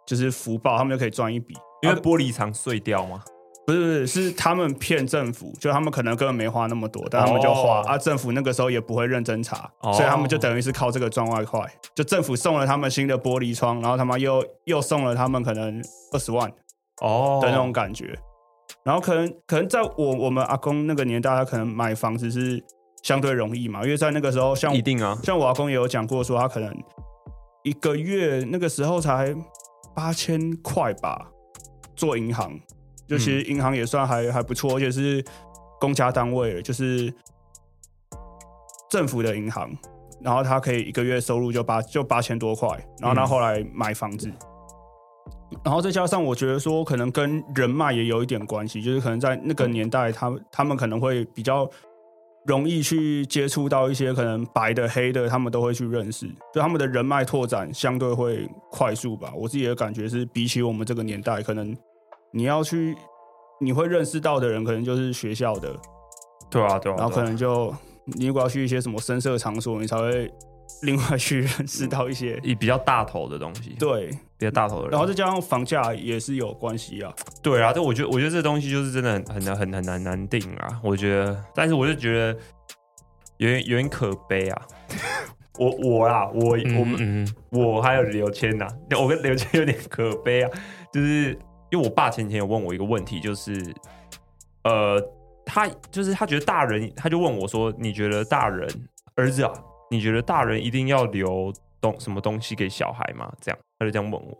D: 就是福报，他们就可以赚一笔。啊
A: 因为玻璃常碎掉嘛。
D: 不是不是，是他们骗政府，就他们可能根本没花那么多，但他们就花、
A: 哦
D: 啊。政府那个时候也不会认真查，
A: 哦
D: 所以他们就等于是靠这个赚外快。就政府送了他们新的玻璃窗，然后他妈又又送了他们可能二十万的
A: 哦，
D: 那种感觉。然后可能可能在我我们阿公那个年代，他可能买房子是相对容易嘛，因为在那个时候像
A: 一定啊，
D: 像我阿公也有讲过说，他可能一个月那个时候才八千块吧，做银行，就其实银行也算还、还不错，而且是公家单位，就是政府的银行，然后他可以一个月收入就八就八千多块，然后他
A: 嗯
D: 后来买房子。然后再加上，我觉得说可能跟人脉也有一点关系，就是可能在那个年代他，他们可能会比较容易去接触到一些可能白的、黑的，他们都会去认识，就他们的人脉拓展相对会快速吧。我自己的感觉是，比起我们这个年代，可能你要去你会认识到的人，可能就是学校的，
A: 对啊，对啊，
D: 然后
A: 对啊
D: 可能就你如果要去一些什么深色场所，你才会另外去认识到一些。
A: 以比较大头的东西，，
D: 对，
A: 比较大头的人，
D: 然后再加上房价也是有关系啊。
A: 对啊，这我觉得，我觉得这东西就是真的很很难很很难难定啊。我觉得，但是我就觉得有点有点可悲
D: <laughs>
A: 啊。我我啦，我我们、
B: 嗯嗯
A: 我还有刘谦呐， <laughs> 我跟刘谦有点可悲啊，就是因为我爸前前有问我一个问题，就是呃，他就是他觉得大人，他就问我说，你觉得大人儿子啊，你觉得大人一定要留东什么东西给小孩吗？这样他就这样问我，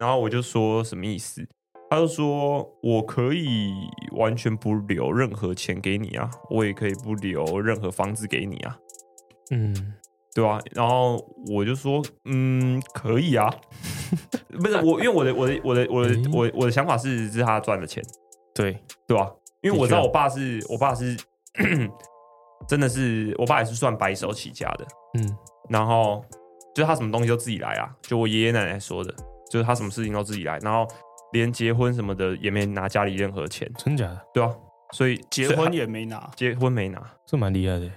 A: 然后我就说什么意思？他就说我可以完全不留任何钱给你啊，我也可以不留任何房子给你啊，
B: 嗯
A: 对啊，然后我就说，嗯，可以啊， <laughs> 不是我，因为我的我的我的我的
B: 诶
A: 我我的想法是是他赚的钱，
B: 对，
A: 对吧、因为我知道
B: 的确
A: 我爸是我爸是真的是我爸也是算白手起家的，
B: 嗯
A: 然后就是他什么东西都自己来啊，就我爷爷奶奶说的，就是他什么事情都自己来，然后连结婚什么的也没拿家里任何钱，
B: 真假的，
A: 对啊，所以
D: 结
A: 所以
D: 婚
A: 他
D: 也没拿，
A: 结婚没拿，
B: 这蛮厉害的。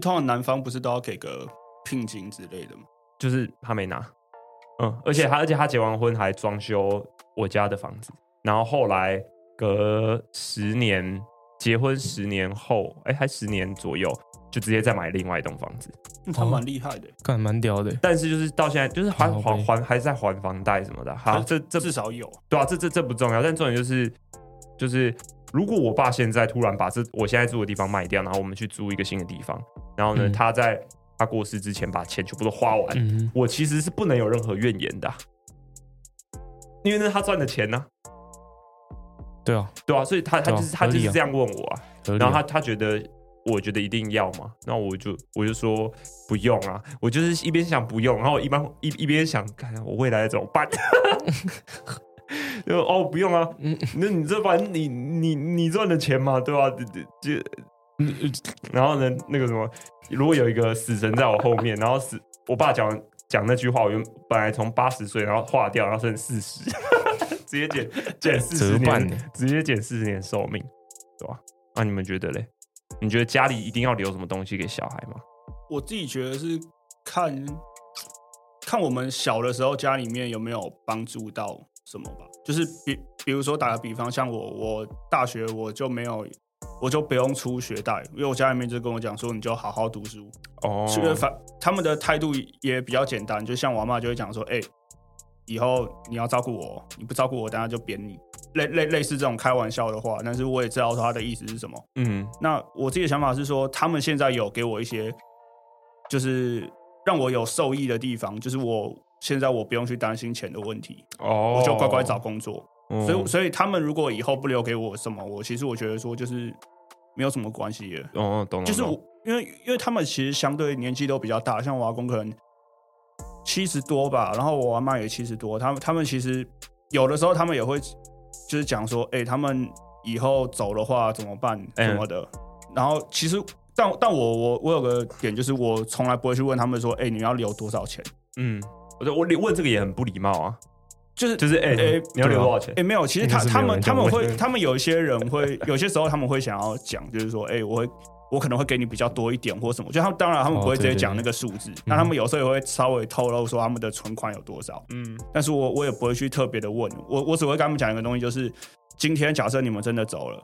D: 通常男方不是都要给个聘金之类的吗？
A: 就是他没拿，嗯，而且他而且他结完婚还装修我家的房子，然后后来隔十年结婚十年后，哎、还十年左右就直接再买另外一栋房子，
D: 嗯他蛮厉害的，
B: 干蛮屌的，
A: 但是就是到现在就是还
D: 哦
B: 好
A: 还
B: 呗
A: 还还是在还房贷什么的，好，
D: 还
A: 这这
D: 至少有。
A: 对啊，这这这不重要，但重点就是就是，如果我爸现在突然把这我现在住的地方卖掉，然后我们去租一个新的地方，然后呢，
B: 嗯
A: 他在他过世之前把钱全部都花完，
B: 嗯，
A: 我其实是不能有任何怨言的啊、因为那是他赚的钱呢、
B: 对啊，
A: 对啊，所以他他
B: 对啊
A: 就是、他
B: 合
A: 就
B: 理啊
A: 是这样问我啊，
B: 合理啊
A: 然后他他觉得我觉得一定要嘛，然后我就我就说不用啊，我就是一边想不用，然后我一般一一边想看我未来怎么办， <laughs> 就哦不用啊，
B: 嗯
A: 那你这反正你你你赚的钱嘛，对吧、就就然后呢，那个什么，如果有一个死神在我后面，然后死我爸讲讲那句话，我原本来从八十岁，然后划掉，然后剩四十， <laughs> 直接减减四十
B: 折半
A: 年
B: 呢，
A: 直接减四十年寿命，对吧、那、你们觉得嘞？你觉得家里一定要留什么东西给小孩吗？
D: 我自己觉得是看看我们小的时候家里面有没有帮助到什么吧。就是比比如说打个比方，像我我大学我就没有。我就不用出学贷，因为我家里面就跟我讲说，你就好好读书。
A: 哦
D: 是因为反他们的态度也比较简单，就像我妈就会讲说，哎、以后你要照顾我，你不照顾我，等下就扁你，类类类似这种开玩笑的话。但是我也知道他的意思是什么。
A: 嗯
D: 那我自己的想法是说，他们现在有给我一些，就是让我有受益的地方，就是我现在我不用去担心钱的问题，
A: 哦，
D: 我就乖乖找工作。
A: 嗯，
D: 所以，所以他们如果以后不留给我什么，我其实我觉得说就是没有什么关系的，
A: 哦懂了，
D: 就是
A: 懂
D: 我因为因为他们其实相对年纪都比较大，像我阿公可能七十多吧，然后我阿妈也七十多，他们他们其实有的时候他们也会就是讲说，哎、他们以后走的话怎么办
A: 嗯
D: 什么的。然后其实，但但我我我有个点就是，我从来不会去问他们说，哎、你们要留多少钱？
A: 嗯，我就我问这个也很不礼貌啊，
D: 就是
A: 就是哎、
D: 哎
A: 你要留
B: 对啊
A: 多少钱
D: 哎、？没有，其实他
B: 应该是
D: 他
B: 没有人
D: 们他
B: 这样
D: 们
B: 问
D: 会，他们有一些人会， <laughs> 有些时候他们会想要讲，就是说，哎、我会，我可能会给你比较多一点或什么。就他们当然他们
B: 哦
D: 不会直接
B: 对对
D: 讲那
B: 对嗯
D: 个数字，那他们有时候也会稍微透露说他们的存款有多少。
A: 嗯
D: 但是我我也不会去特别的问，我我只会跟他们讲一个东西，就是今天假设你们真的走了，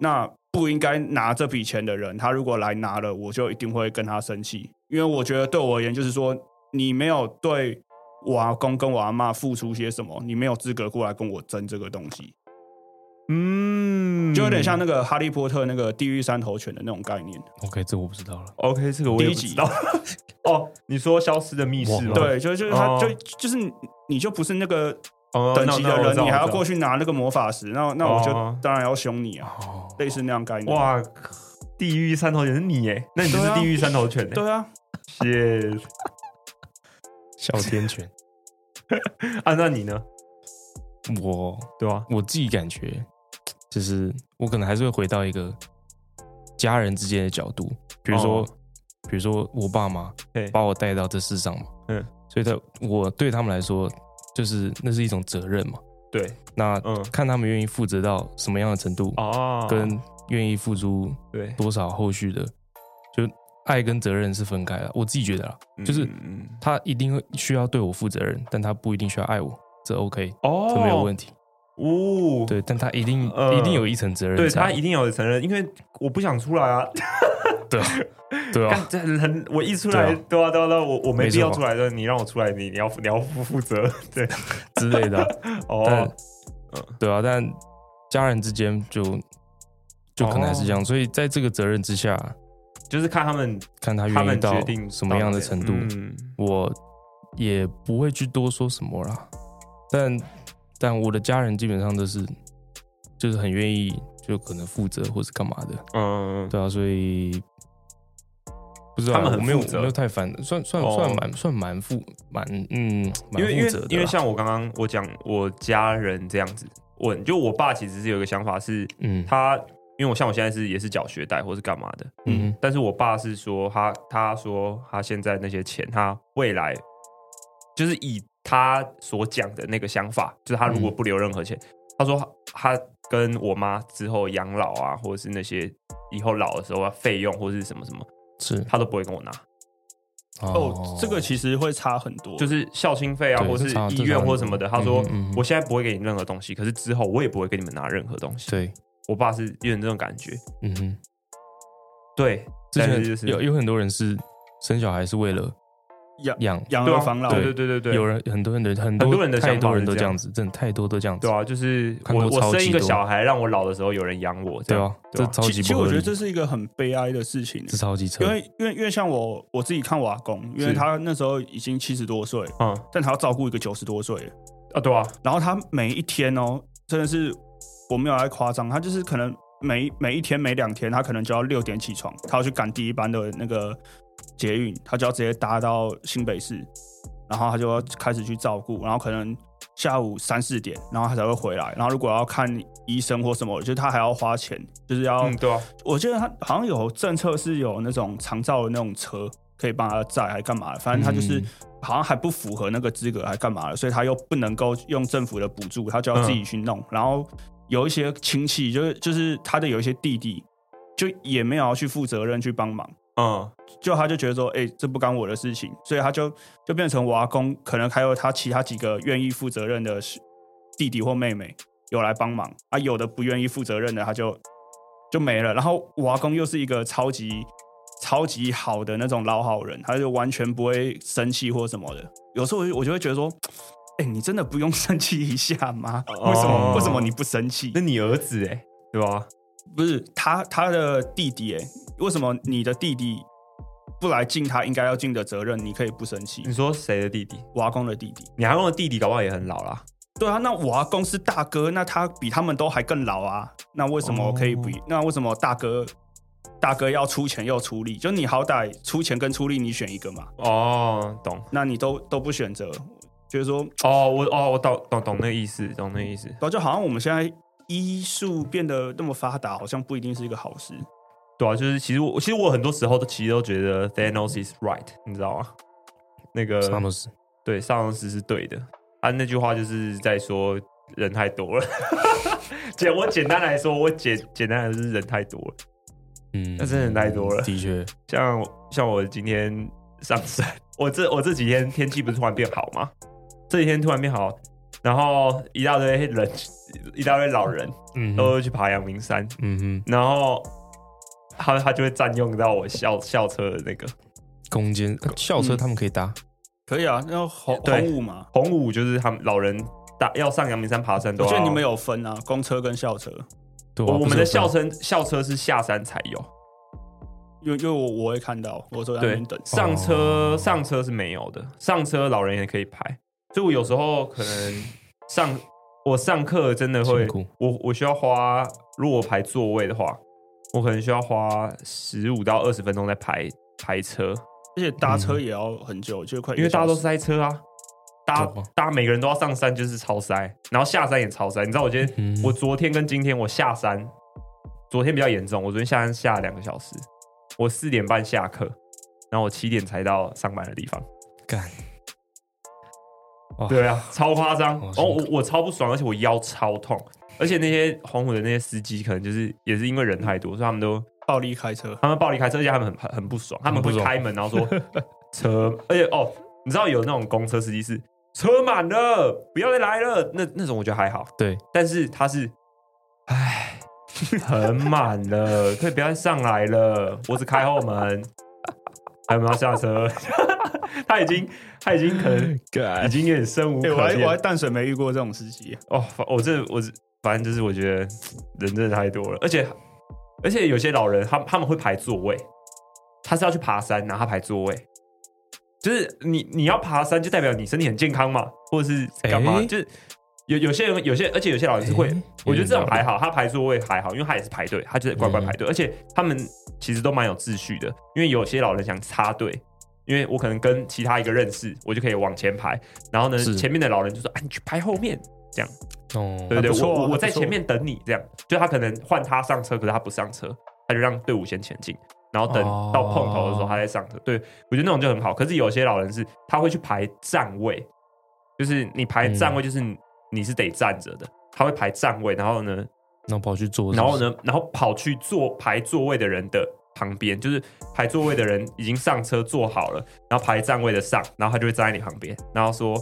D: 那不应该拿这笔钱的人，他如果来拿了，我就一定会跟他生气，因为我觉得对我而言，就是说你没有对我阿公跟我阿妈付出些什么，你没有资格过来跟我争这个东西，
A: 嗯，
D: 就有点像那个哈利波特那个地狱三头犬的那种概念。
A: 嗯
B: OK，这我不知道了。
A: OK，这个我也
D: 第
A: 不
D: 一集
A: 知道。 <laughs> 哦，你说消失的密室吗？
B: 哇
D: 对，就就是他
A: 哦
D: 就就是你你就不是那个
A: 哦，
D: 等级的人，你还要过
A: 去。
D: 去拿那个魔法石，那那我就
A: 哦
D: 当然要凶你啊。
B: 哦，
D: 类似那样概念。
A: 哇，地狱三头犬是你耶？那你就是
D: 对啊
A: 地狱三头犬耶？
D: 对啊，
A: 谢
B: 哮天犬， <laughs>
A: 啊，那你呢？
B: 我
A: 对吧？
B: 我自己感觉，就是我可能还是会回到一个家人之间的角度，比如说，
A: 哦
B: 比如说我爸妈
A: 对
B: 把我带到这世上嘛，
A: 嗯，
B: 所以他我对他们来说，就是那是一种责任嘛。
A: 对，
B: 那
A: 嗯，
B: 看他们愿意负责到什么样的程度，
A: 哦，
B: 啊跟愿意付出
A: 对，
B: 多少后续的，就爱跟责任是分开的。我自己觉得啦，就是
A: 嗯嗯
B: 他一定会需要对我负责任，但他不一定需要爱我，这 OK，
A: 哦，
B: 这没有问题。
A: 哦，
B: 对，但他一定、
A: 呃
B: 一定有一层责任
A: 对
B: 在，
A: 他一定要有承认，因为我不想出来啊，
B: 对啊对
A: 干
B: 啊，
A: 这很我一出来，对啊对啊对啊，我我没
B: 没
A: 必要
B: 错
A: 出来的，你让我出来，你你要你要负负责，对，
B: <laughs> 之类的啊、但
A: 哦，
B: 对啊，但家人之间就就可能还是这
A: 哦
B: 样，所以在这个责任之下，
A: 就是看他们
B: 看
A: 他
B: 他愿意
A: 们
B: 到
A: 决定
B: 什么样的程度，
A: 嗯
B: 我也不会去多说什么啦。但但我的家人基本上都是就是很愿意，就可能负责或是干嘛的，
A: 嗯，
B: 对啊，所以不知道啊
A: 他们很
B: 我没有
A: 负责
B: 我没有太烦，算算
A: 哦
B: 算蛮算蛮负蛮嗯蛮
A: 因为因
B: 负
A: 为
B: 责的啦，
A: 因为像我刚刚我讲我家人这样子，我就我爸其实是有一个想法是，
B: 嗯
A: 他因为我像我现在是也是缴学贷或是干嘛的，
B: 嗯
A: 但是我爸是说他他说他现在那些钱，他未来就是以他所讲的那个想法，就是他如
B: 嗯
A: 果不留任何钱，他说他跟我妈之后养老啊，或者是那些以后老的时候啊费用或是什么什么，
B: 是
A: 他都不会跟我拿，
D: 哦，这个其实会差很多，
A: 就是孝心费啊，
B: 对
A: 或是
B: 这差
A: 医院或什么的。他说
B: 这差很多嗯嗯嗯
A: 我现在不会给你任何东西，可是之后我也不会给你们拿任何东西。
B: 对，
A: 我爸是有点这种感觉，
B: 嗯哼。
A: 对，
B: 之
A: 但是就
B: 前
A: 是
B: 有有很多人是生小孩是为了
D: 养
B: 养，
D: 养
A: 对
D: 儿
A: 啊
D: 防老，
A: 对对对对对，
B: 有人很多人很
A: 很多人的想法
B: 太多人
A: 是
B: 都
A: 这
B: 这
A: 样
B: 样子，真的太多都这样子
A: 对，啊，就是
B: 看过
A: 我我
B: 超级
A: 生一个
B: 多
A: 小孩，让我老的时候有人养我，这
B: 对
A: 样
B: 啊，这
A: 对啊
B: 超
D: 其
B: 级
D: 其实
B: 不
D: 我
B: 合
D: 觉得
B: 理，
D: 这是一个很悲哀的事情，欸
B: 是超级扯
D: 因，为因为因为像我我自己看我阿公，因为
A: 是
D: 他那时候已经七十多岁，
A: 嗯
D: 但他要照顾一个九十多岁的，
A: 啊，对啊，
D: 然后他每一天哦，真的是我没有在夸张，他就是可能每每一天每两天，他可能就要六点起床，他要去赶第一班的那个捷运，他就要直接搭到新北市，然后他就要开始去照顾，然后可能下午三四点，然后他才会回来，然后如果要看医生或什么，就是他还要花钱，就是要、
A: 嗯对啊，
D: 我记得他好像有政策是有那种长照的那种车可以帮他载，还干嘛的？反正他就是
B: 嗯
D: 好像还不符合那个资格，还干嘛的？所以他又不能够用政府的补助，他就要自己去弄。然后有一些亲戚，就是就是他的有一些弟弟，就也没有要去负责任去帮忙，
A: 嗯
D: 就他就觉得说，哎、这不干我的事情，所以他就就变成我阿公，可能还有他其他几个愿意负责任的弟弟或妹妹有来帮忙啊，有的不愿意负责任的他就就没了。然后我阿公又是一个超级超级好的那种老好人，他就完全不会生气或什么的。有时候我就我就会觉得说，哎、你真的不用生气一下吗？为什么、
A: 哦
D: 为什么你不生气
A: 那？你儿子哎，对吧？
D: 不是他他的弟弟哎、为什么你的弟弟不来尽他应该要尽的责任？你可以不生气
A: 你。说谁的弟弟？
D: 我阿公的弟弟，
A: 你阿公的弟弟搞不好也很老啦，
D: 对啊，那我阿公是大哥，那他比他们都还更老啊，那为什么可以比？那为什么大哥大哥要出钱又出力？就你好歹出钱跟出力你选一个嘛，
A: 哦，懂
D: 那你都都不选择，就是说，
A: 哦，我哦我懂懂懂那个意思，懂那个意思，
D: 然后就好像我们现在医术变得那么发达，好像不一定是一个好事。
A: 对啊，就是其实我其实我很多时候都其实都觉得 Thanos is right，你知道吗？那个
B: 萨诺斯
A: 对，上司是对的。啊，那句话就是在说人太多了。 <laughs> 简我简单来说，我简简单来说是人太多了。
B: 嗯，
A: 那真的太多了
B: 的确，
A: 像像我今天上山，我这我这几天天气不是突然变好吗？这几天突然变好，然后一大堆人，一大堆老人
B: 嗯哼
A: 都去爬阳明山，
B: 嗯哼，
A: 然后他他就会占用到我校校车的那个
B: 空间呃校车
A: 嗯
B: 他们可以搭，
D: 可以啊，那红
A: 对
D: 红五嘛，
A: 红五，就是他们老人大要上阳明山爬山都
D: 我
A: 要。
D: 觉得你们有分啊，公车跟校车，
B: 对啊，
A: 我我
B: 不
A: 们
B: 是
A: 的
B: 有
A: 校
B: 分
A: 车校车是下山才有，
D: 因为因为我我会看到，我坐在那
A: 对
D: 边等，。
A: 上车、
B: 哦
A: 上车是没有的，上车老人也可以排，所以我有时候可能上我上课真的会
B: 辛苦，
A: 我我需要花，如果我排座位的话，我可能需要花十五到二十分钟在排排车，
D: 而且搭车也要很久，就快一
A: 因
D: 个
A: 为大家都
D: 小时
A: 塞车啊，大家
B: 对啊
A: 大家每个人都要上山就是超塞，然后下山也超塞，你知道我今天、
B: 嗯
A: 我昨天跟今天我下山，昨天比较严重，我昨天下山下了两个小时，我四点半下课，然后我七点才到上班的地方。
B: 干，
A: <laughs>
B: 哇
A: 对啊，超夸张。
B: 好
A: 然
B: 辛
A: 后
B: 苦
A: 我我超不爽，而且我腰超痛，而且那些红虎的那些司机可能就是也是因为人太多，所以他们都
D: 暴力开车，
A: 他们暴力开车，而且他们很很很不爽，他们会
B: 很不爽
A: 开门然后
B: <laughs>
A: 说车，而且哦，你知道有那种公车司机是车满了，不要再来了，那那种我觉得还好，
B: 对，
A: 但是他是，唉，很满了，可以不要再上来了，我只开后门，还有没有要下车？ <laughs> 他已经他已经可能
D: <laughs>
A: 已经有点生无
D: 哎、
A: 可
D: 我还
A: 恋
D: 我还淡水没遇过这种司机，
A: 哦，反我这我反正就是我觉得人真的太多了，而且而且有些老人他他们会排座位，他是要去爬山，然后他排座位，就是你你要爬山就代表你身体很健康嘛，或者是干嘛？
B: 诶
A: 就是有有些人有些，而且有些老人是会，
B: 诶
A: 我觉得这种还
B: 有点道
A: 好，
B: 嗯
A: 他排座位还好，因为他也是排队，他就是乖乖排队，而且他们其实都蛮有秩序的，因为有些老人想插队。因为我可能跟其他一个认识，我就可以往前排，然后呢，
B: 是
A: 前面的老人就说：“哎、你去排后面。”
B: 理哦，
A: 对对，我
D: 还不错啊
A: 我
D: 还
A: 我
D: 不
A: 在
D: 错
A: 前面等你，这样就他可能换他上车，可是他不上车，他就让队伍先前进，然后等
B: 哦
A: 到碰头的时候他再上车。对我觉得那种就很好，可是有些老人是他会去排站位，就是你排站
D: 嗯
A: 位就是你你是得站着的，他会排站位，然后呢，
B: 那跑去做，
A: 然后？呢，然后跑去坐排座位的人的旁边，就是排座位的人已经上车坐好了，然后排站位的上，然后他就会站在你旁边，然后说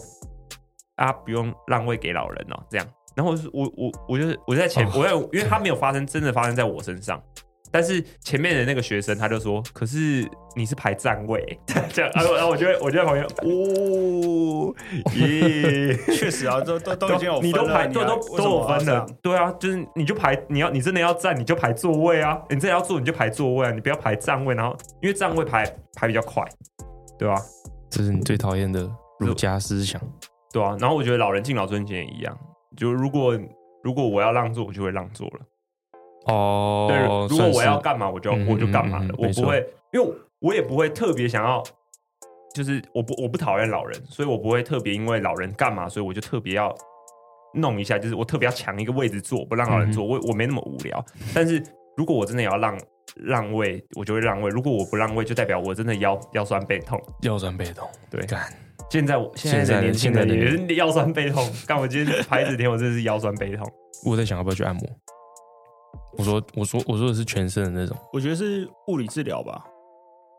A: 啊，不用让位给老人哦，这样。然后我就是我我我就是我在前，
B: 哦
A: 我在因为他没有发生，真的发生在我身上。但是前面的那个学生他就说：“可是你是排站位， <laughs> 这样。”然后然后我就会我就在旁边， <laughs> 哦耶，
D: <laughs> 确实啊，都都都已经有
A: 你
D: 分
A: 都
D: 了
A: 排都
D: 你还
A: 都
D: 为
A: 都
D: 什么
A: 有分
D: 要这
A: 了
D: 样，
A: 对啊，就是你就排你要你真的要站你就排座位啊，你真的要坐你就排座位啊，你不要排站位，然后因为站位排排比较快，对吧、啊？
B: 这是你最讨厌的儒家思想。
A: 对啊，然后我觉得老人敬老尊贤也一样，就如果如果我要让座，我就会让座了。
B: 哦，
A: 对，如果
B: 算是
A: 我要干嘛，我就
B: 嗯
A: 我就干嘛
B: 嗯嗯
A: 了
B: 嗯，
A: 我
B: 没
A: 不
B: 错
A: 会，因为我也不会特别想要，就是我不我不讨厌老人，所以我不会特别因为老人干嘛，所以我就特别要弄一下，就是我特别要抢一个位置坐，不让
B: 嗯
A: 老人坐，我我没那么无聊。但是如果我真的也要让让位，我就会让位；如果我不让位，就代表我真的腰腰酸背痛。
B: 腰酸背痛，
A: 对
B: 干
A: 现在我现
B: 现
A: 在
B: 在
A: 的
B: 的
A: 年轻人
B: 现在的
A: 也是腰酸背痛，干我今天排几天，我真的是腰酸背痛。 <laughs>
B: 我在想要不要去按摩。我说，我说，我说的是全身的那种，
D: 我觉得是物理治疗吧，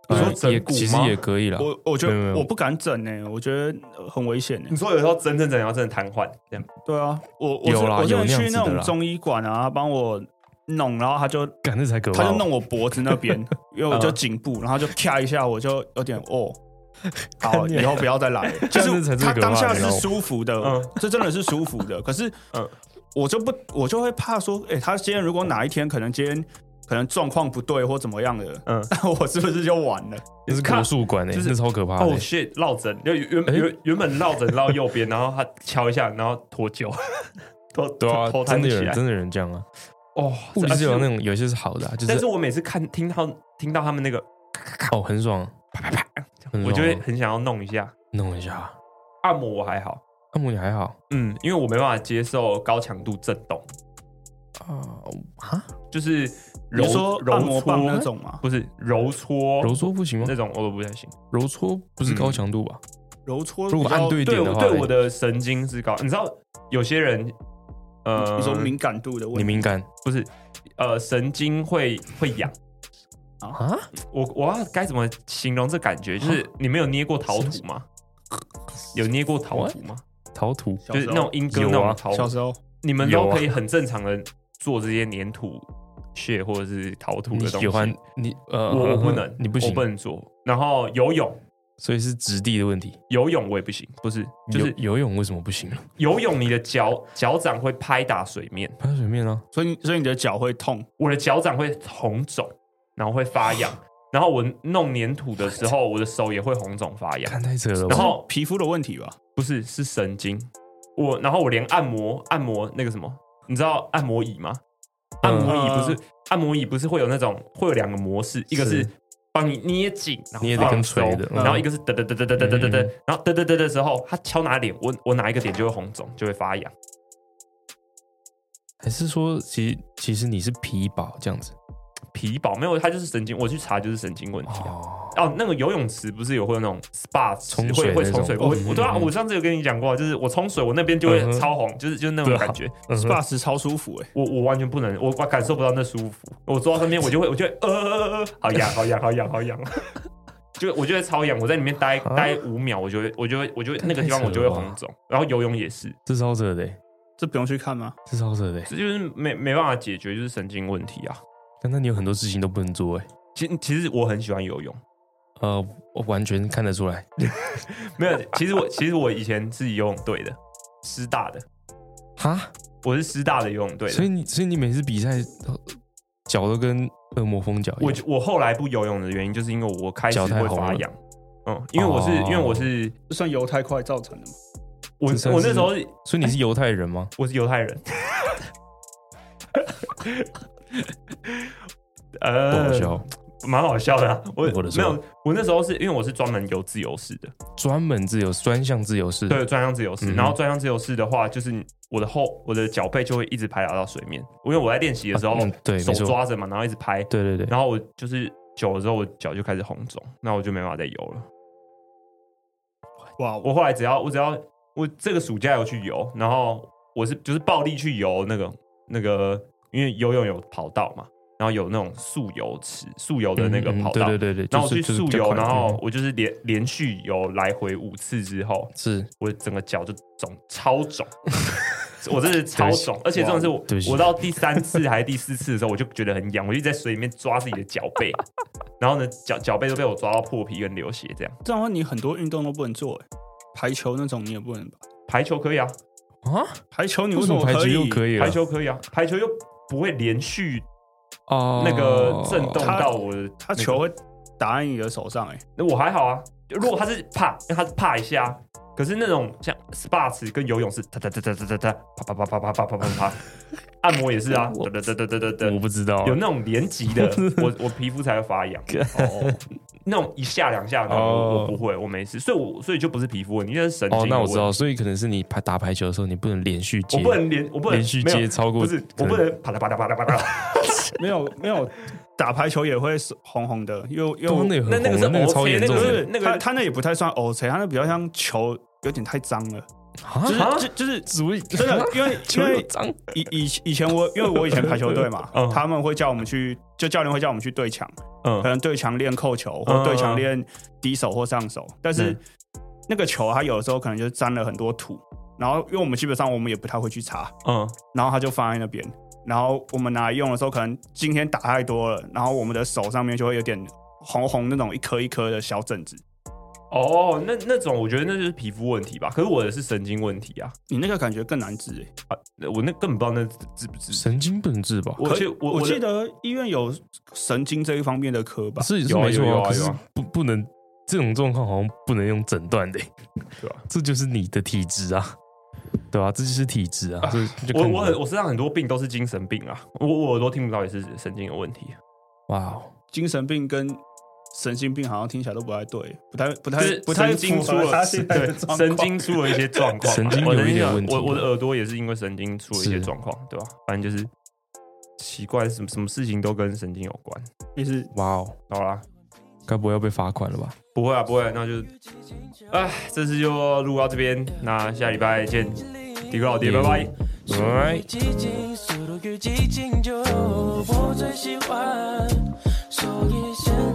A: 你说
B: 呃
A: 整
B: 也
A: 骨
B: 其实
A: 吗
B: 也可以啦。
D: 我我觉
B: 没有没
D: 得
B: 有
D: 我不敢整呢、我觉得呃很危险呢、
A: 你说有时候真正真的要真的瘫痪这样。
D: 对啊，我我
B: 有
D: 是
B: 啦
D: 我之前
B: 有那样
D: 去
B: 子的
D: 那种
B: 啦
D: 中医馆啊，他帮我弄，然后他就
B: 干那才可怕
D: 他
B: 吧，
D: 就弄我脖子那边，因为我就颈部，然后就咔一下，我就有点哦。好，以后不要再来了。就
B: 这样才
D: 是
B: 是
D: 他
B: 可怕
D: 当下
B: 你知
D: 是
B: 道吗
D: 舒服的
A: 嗯，
D: 这真的是舒服的。可是
A: 嗯，
D: 我就不，我就会怕说，哎，他今天如果哪一天可能今天可能状况不对或怎么样的，
A: 嗯
D: 嗯，那 <laughs> 我是不是就完了？
B: 那是
A: 看
B: 国术馆诶，
A: 就是
B: 那超可怕的
A: 哦、
B: 欸。
A: shit，落枕，就原原原原本落枕落右边，然后他敲一下，然后 <laughs> 脱臼，脱
B: 对
A: 脱
B: 啊
A: 头，弹
B: 真
A: 不
B: 的有
A: 起
B: 人
A: 来。
B: 真的有人这样啊。
A: 哦，
B: 物理
A: 这
B: 治疗
A: 啊
B: 那种有些是好的啊，就
A: 但是
B: 是
A: 我每次看听到听到他们那个，
B: 哦很爽，很
A: 我
B: 爽
A: 就会很想要弄一下。
B: 弄一下。
A: 按摩我还好，
B: 按摩也还好
A: 嗯，因为我没办法接受高强度震动，
B: 啊啊，
A: 就是
D: 你
A: 揉
D: 是说
A: 揉
D: 按摩棒
A: 搓
D: 那，种吗？
A: 不是揉搓
B: 揉搓不行吗
A: 那？嗯种，我不太行。
B: 揉搓不是高强度吧？
D: 揉搓，
B: 如果按，对一
A: 对
B: 点
A: 我
B: 的话，
A: 对我的神经是高，你知道有些人，呃，
D: 你说敏感度的问
B: 你
D: 题，
B: 敏感
A: 不是，呃，神经会会痒。
B: 啊？
A: 我我要该怎么形容这感觉？就是你们有捏过陶土吗？有捏过陶土吗？
B: 陶土
D: 小
A: 就
D: 时
A: 是
D: 候
A: 那种英哥
B: 有
A: 那
B: 啊
A: 种陶
D: 小
A: 土，
D: 时候
A: 你们
B: 有
A: 都
B: 啊
A: 可以很正常的做这些粘土屑或者是陶土
B: 你
A: 的东西。
B: 喜欢你呃，
A: 我我不
B: 嗯
A: 能，
B: <laughs> 你不
A: 我
B: 行
A: 不，能做。然后游泳，
B: 所以是质地的问题。
A: 游泳我也不行，不是，就是
B: 游游泳为什么不行？
A: <laughs> 游泳你的脚脚掌会拍打水面，
B: 拍水面啊，
D: 所以你所以你的脚会痛，
A: 我的脚掌会红肿，然后会发痒。
B: 哦
A: <laughs> 然后我弄粘土的时候，我的手也会红肿发痒。
B: 看太扯了吧。
A: 然后
D: 皮肤的问题吧？
A: 不是，是神经。我然后我连按摩按摩那个什么，你知道按摩椅吗？按摩椅不是、按摩椅不是会有那种会有两个模式，一个是
B: 嗯是
A: 帮你捏紧，然后
B: 捏得
A: 放
B: 跟锤
A: 松
B: 的嗯
A: 然后一个是得得得得得得得得
B: 嗯，
A: 然后得得得的时候，他敲哪脸，我我哪一个点就会红肿，就会发痒。
B: 还是说，其实其实你是皮薄这样子，
A: 皮保没有，它就是神经，我去查就是神经问题啊。
B: 哦，
A: 哦，那个游泳池不是有会有那种 SPA 池
B: 冲水
A: 会会
B: 那
A: 冲水，
B: 种
A: 我
B: 嗯
A: 我对啊，
B: 嗯嗯
A: 我上次有跟你讲过啊，就是我冲水，我那边就会
B: 嗯哼
A: 超红，就是就是那种
B: 对啊
A: 感
B: <laughs>
A: 觉，
D: SPA 池超舒服哎、
A: 我我完全不能，我我感受不到那舒服，我坐到身边我就会我就会呃呃呃呃，好痒好痒好痒好痒， <laughs> 就我就会超痒，我在里面待
B: 啊
A: 待五秒，我就会我就会我就会那个地方我就会红肿，然后游泳也是，
B: 这超扯的欸，
D: 这不用去看吗？
B: 这超扯的欸。
A: 这就是没没办法解决，就是神经问题啊。
B: 但那你有很多事情都不能做哎，
A: 其其实我很喜欢游泳，
B: 呃，我完全看得出来。
A: 没有，其实我其实我以前是游泳队的，师大的，
B: 哈，
A: 我是师大的游泳队的
B: 所以，你所以你每次比赛呃脚都跟恶魔疯脚一
A: 我
B: 样，
A: 我后来不游泳的原因，就是因为我开始
B: 脚太
A: 会
B: 红
A: 发
B: 了
A: 痒。嗯，因为我是、
B: 哦
A: 因为我是
D: 这算犹太快造成的吗？
A: 我
B: 这算
A: 我那
B: 是
A: 时候是
B: 所以你是犹太人吗？
A: 我是犹太人。 <laughs> 呃，
B: 不好，笑，
A: 蛮好笑的啊、我
B: 我的
A: 没
B: 说
A: 有，我那时候是因为我是专门游自由式的，
B: 专门自由专项自由式，
A: 对，专项自由式。
B: 嗯哼
A: 然后专项自由式的话，就是我的后我的脚背就会一直拍打到水面，因为我在练习的时候、
B: 啊嗯对没
A: 手
B: 错
A: 抓着嘛，然后一直拍，
B: 对对对，
A: 然后我就是久了之后，我脚就开始红肿，那我就没办法再游了。
D: 哇，我
A: 我后来只要我只要我这个暑假有去游，然后我是就是暴力去游那个那个，因为游泳有跑道嘛，然后有那种速游池、速游的那个
B: 嗯嗯
A: 跑道，
B: 对对对对，
A: 然后我
B: 就
A: 去
B: 是就是
A: 速
B: 比较
A: 游，
B: 快
A: 然后
B: 嗯
A: 我就是连连续游来回五次之后，
B: 是
A: 我整个脚就肿，超肿。我真的超肿，而且真的是我
B: 对不，起
A: 我到第三次还是第四次的时候，我就觉得很痒，我就一直在水里面抓自己的脚背，然后呢，脚脚背都被我抓到破皮跟流血，这样。
D: 这样的话你很多运动都不能做哎、排球那种你也不能吧？
A: 排球可以啊，
B: 啊，
D: 排球你
B: 为
D: 为
B: 什
D: 什
B: 么
D: 么
B: 排球
D: 可
B: 又
D: 以？
B: 可以了
A: 排球可以啊，排球又不会连续
B: 哦
A: 那个震动
D: 它
A: 到我的那个，
D: 他球会打在你的手上哎、
A: 那我还好啊。如果他是啪，因为他是啪一下，啊可是那种像 SPA 池跟游泳是哒哒哒哒哒哒哒，啪啪啪啪啪啪啪啪啪，按摩也是啊，
B: <laughs> 我
A: 哒哒哒哒哒哒
B: 我
A: 哒。
B: 不知道啊，
A: 有那种连击
B: <laughs>
A: 的，我我皮肤才会发痒。哦，那种一下两下的，我我
B: 哦
A: 不会，我没事，所以我所以就不是皮肤问题，那是神经。
B: 哦，那我知道，，所以可能是你排打排球的时候，你不能连续接，
A: 我不能连，我不能
B: 连续
A: 没有
B: 接超过，
A: 不是，我不能啪嗒啪嗒啪嗒啪
B: <laughs>
A: 嗒。
D: 没有没有，打排球也会手红红的，又
B: 对啊，
D: 又
B: 那个很
A: 那那个是
B: 红那个
A: OK，
B: 超严重
A: 那个
B: 的
A: 是
D: 那个他他那也不太算 O C，他那比较像球有点太脏 <laughs> 了，
B: 啊
D: 就是
A: 啊
D: 就就是
B: 足以
D: 真的，因 <laughs> 为
B: 球
D: 因
B: 有
D: 为
B: 脏
D: 以以以前我因为我以前排球队嘛
A: 嗯，
D: 他们会叫我们去，就教练会叫我们去对墙，
A: 嗯
D: 可能对墙练扣球，
A: 嗯
D: 或对墙练低手或上手，但是
A: 嗯
D: 那个球它有的时候可能就沾了很多土，然后因为我们基本上我们也不太会去查，
A: 嗯，
D: 然后它就放在那边。然后我们拿来用的时候，可能今天打太多了，然后我们的手上面就会有点红红那种一颗一颗的小疹子。
A: 哦，那那种我觉得那就是皮肤问题吧，可是我的是神经问题啊，
D: 你那个感觉更难治、欸。
A: 那我那根本不知道那治不治。
B: 神经本质吧？
A: 我
D: 可
A: 记我
D: 我
A: 我的
D: 记得医院有神经这一方面的科吧？
B: 是是
A: 有啊
B: 没错
A: 有啊
B: 可是
A: 有啊
B: 不不能这种状况好像不能用诊断的，
A: 对啊？
B: 这就是你的体质啊，对吧？这就是体质啊，这就
A: 我
B: 看
A: 我
B: 你
A: 很我身上很多病都是精神病啊，我我耳朵听不到也是神经有问题，
B: 哇哦，
D: 精神病跟神经病好像听起来都不太对，不太不
A: 就
D: 太
A: 是
D: 不太
A: 神经出了对神经出了一些状 <laughs> 况啊，
B: 神经
A: 我的
B: 有一点
A: 那个
B: 问题
A: 我我的耳朵也是因为神经出了一些
B: 是
A: 状况，对吧？反正就是奇怪，什么什么事情都跟神经有关。
D: 就是
B: 哇哦，
A: 好啦，
B: 该不会要被罚款了吧？
A: 不会啊，不会啊，那就哎，这次就录到这边，那下礼拜见，迪哥老爹，拜拜。
C: 速度与激情，速度与激情就我最喜欢，所以现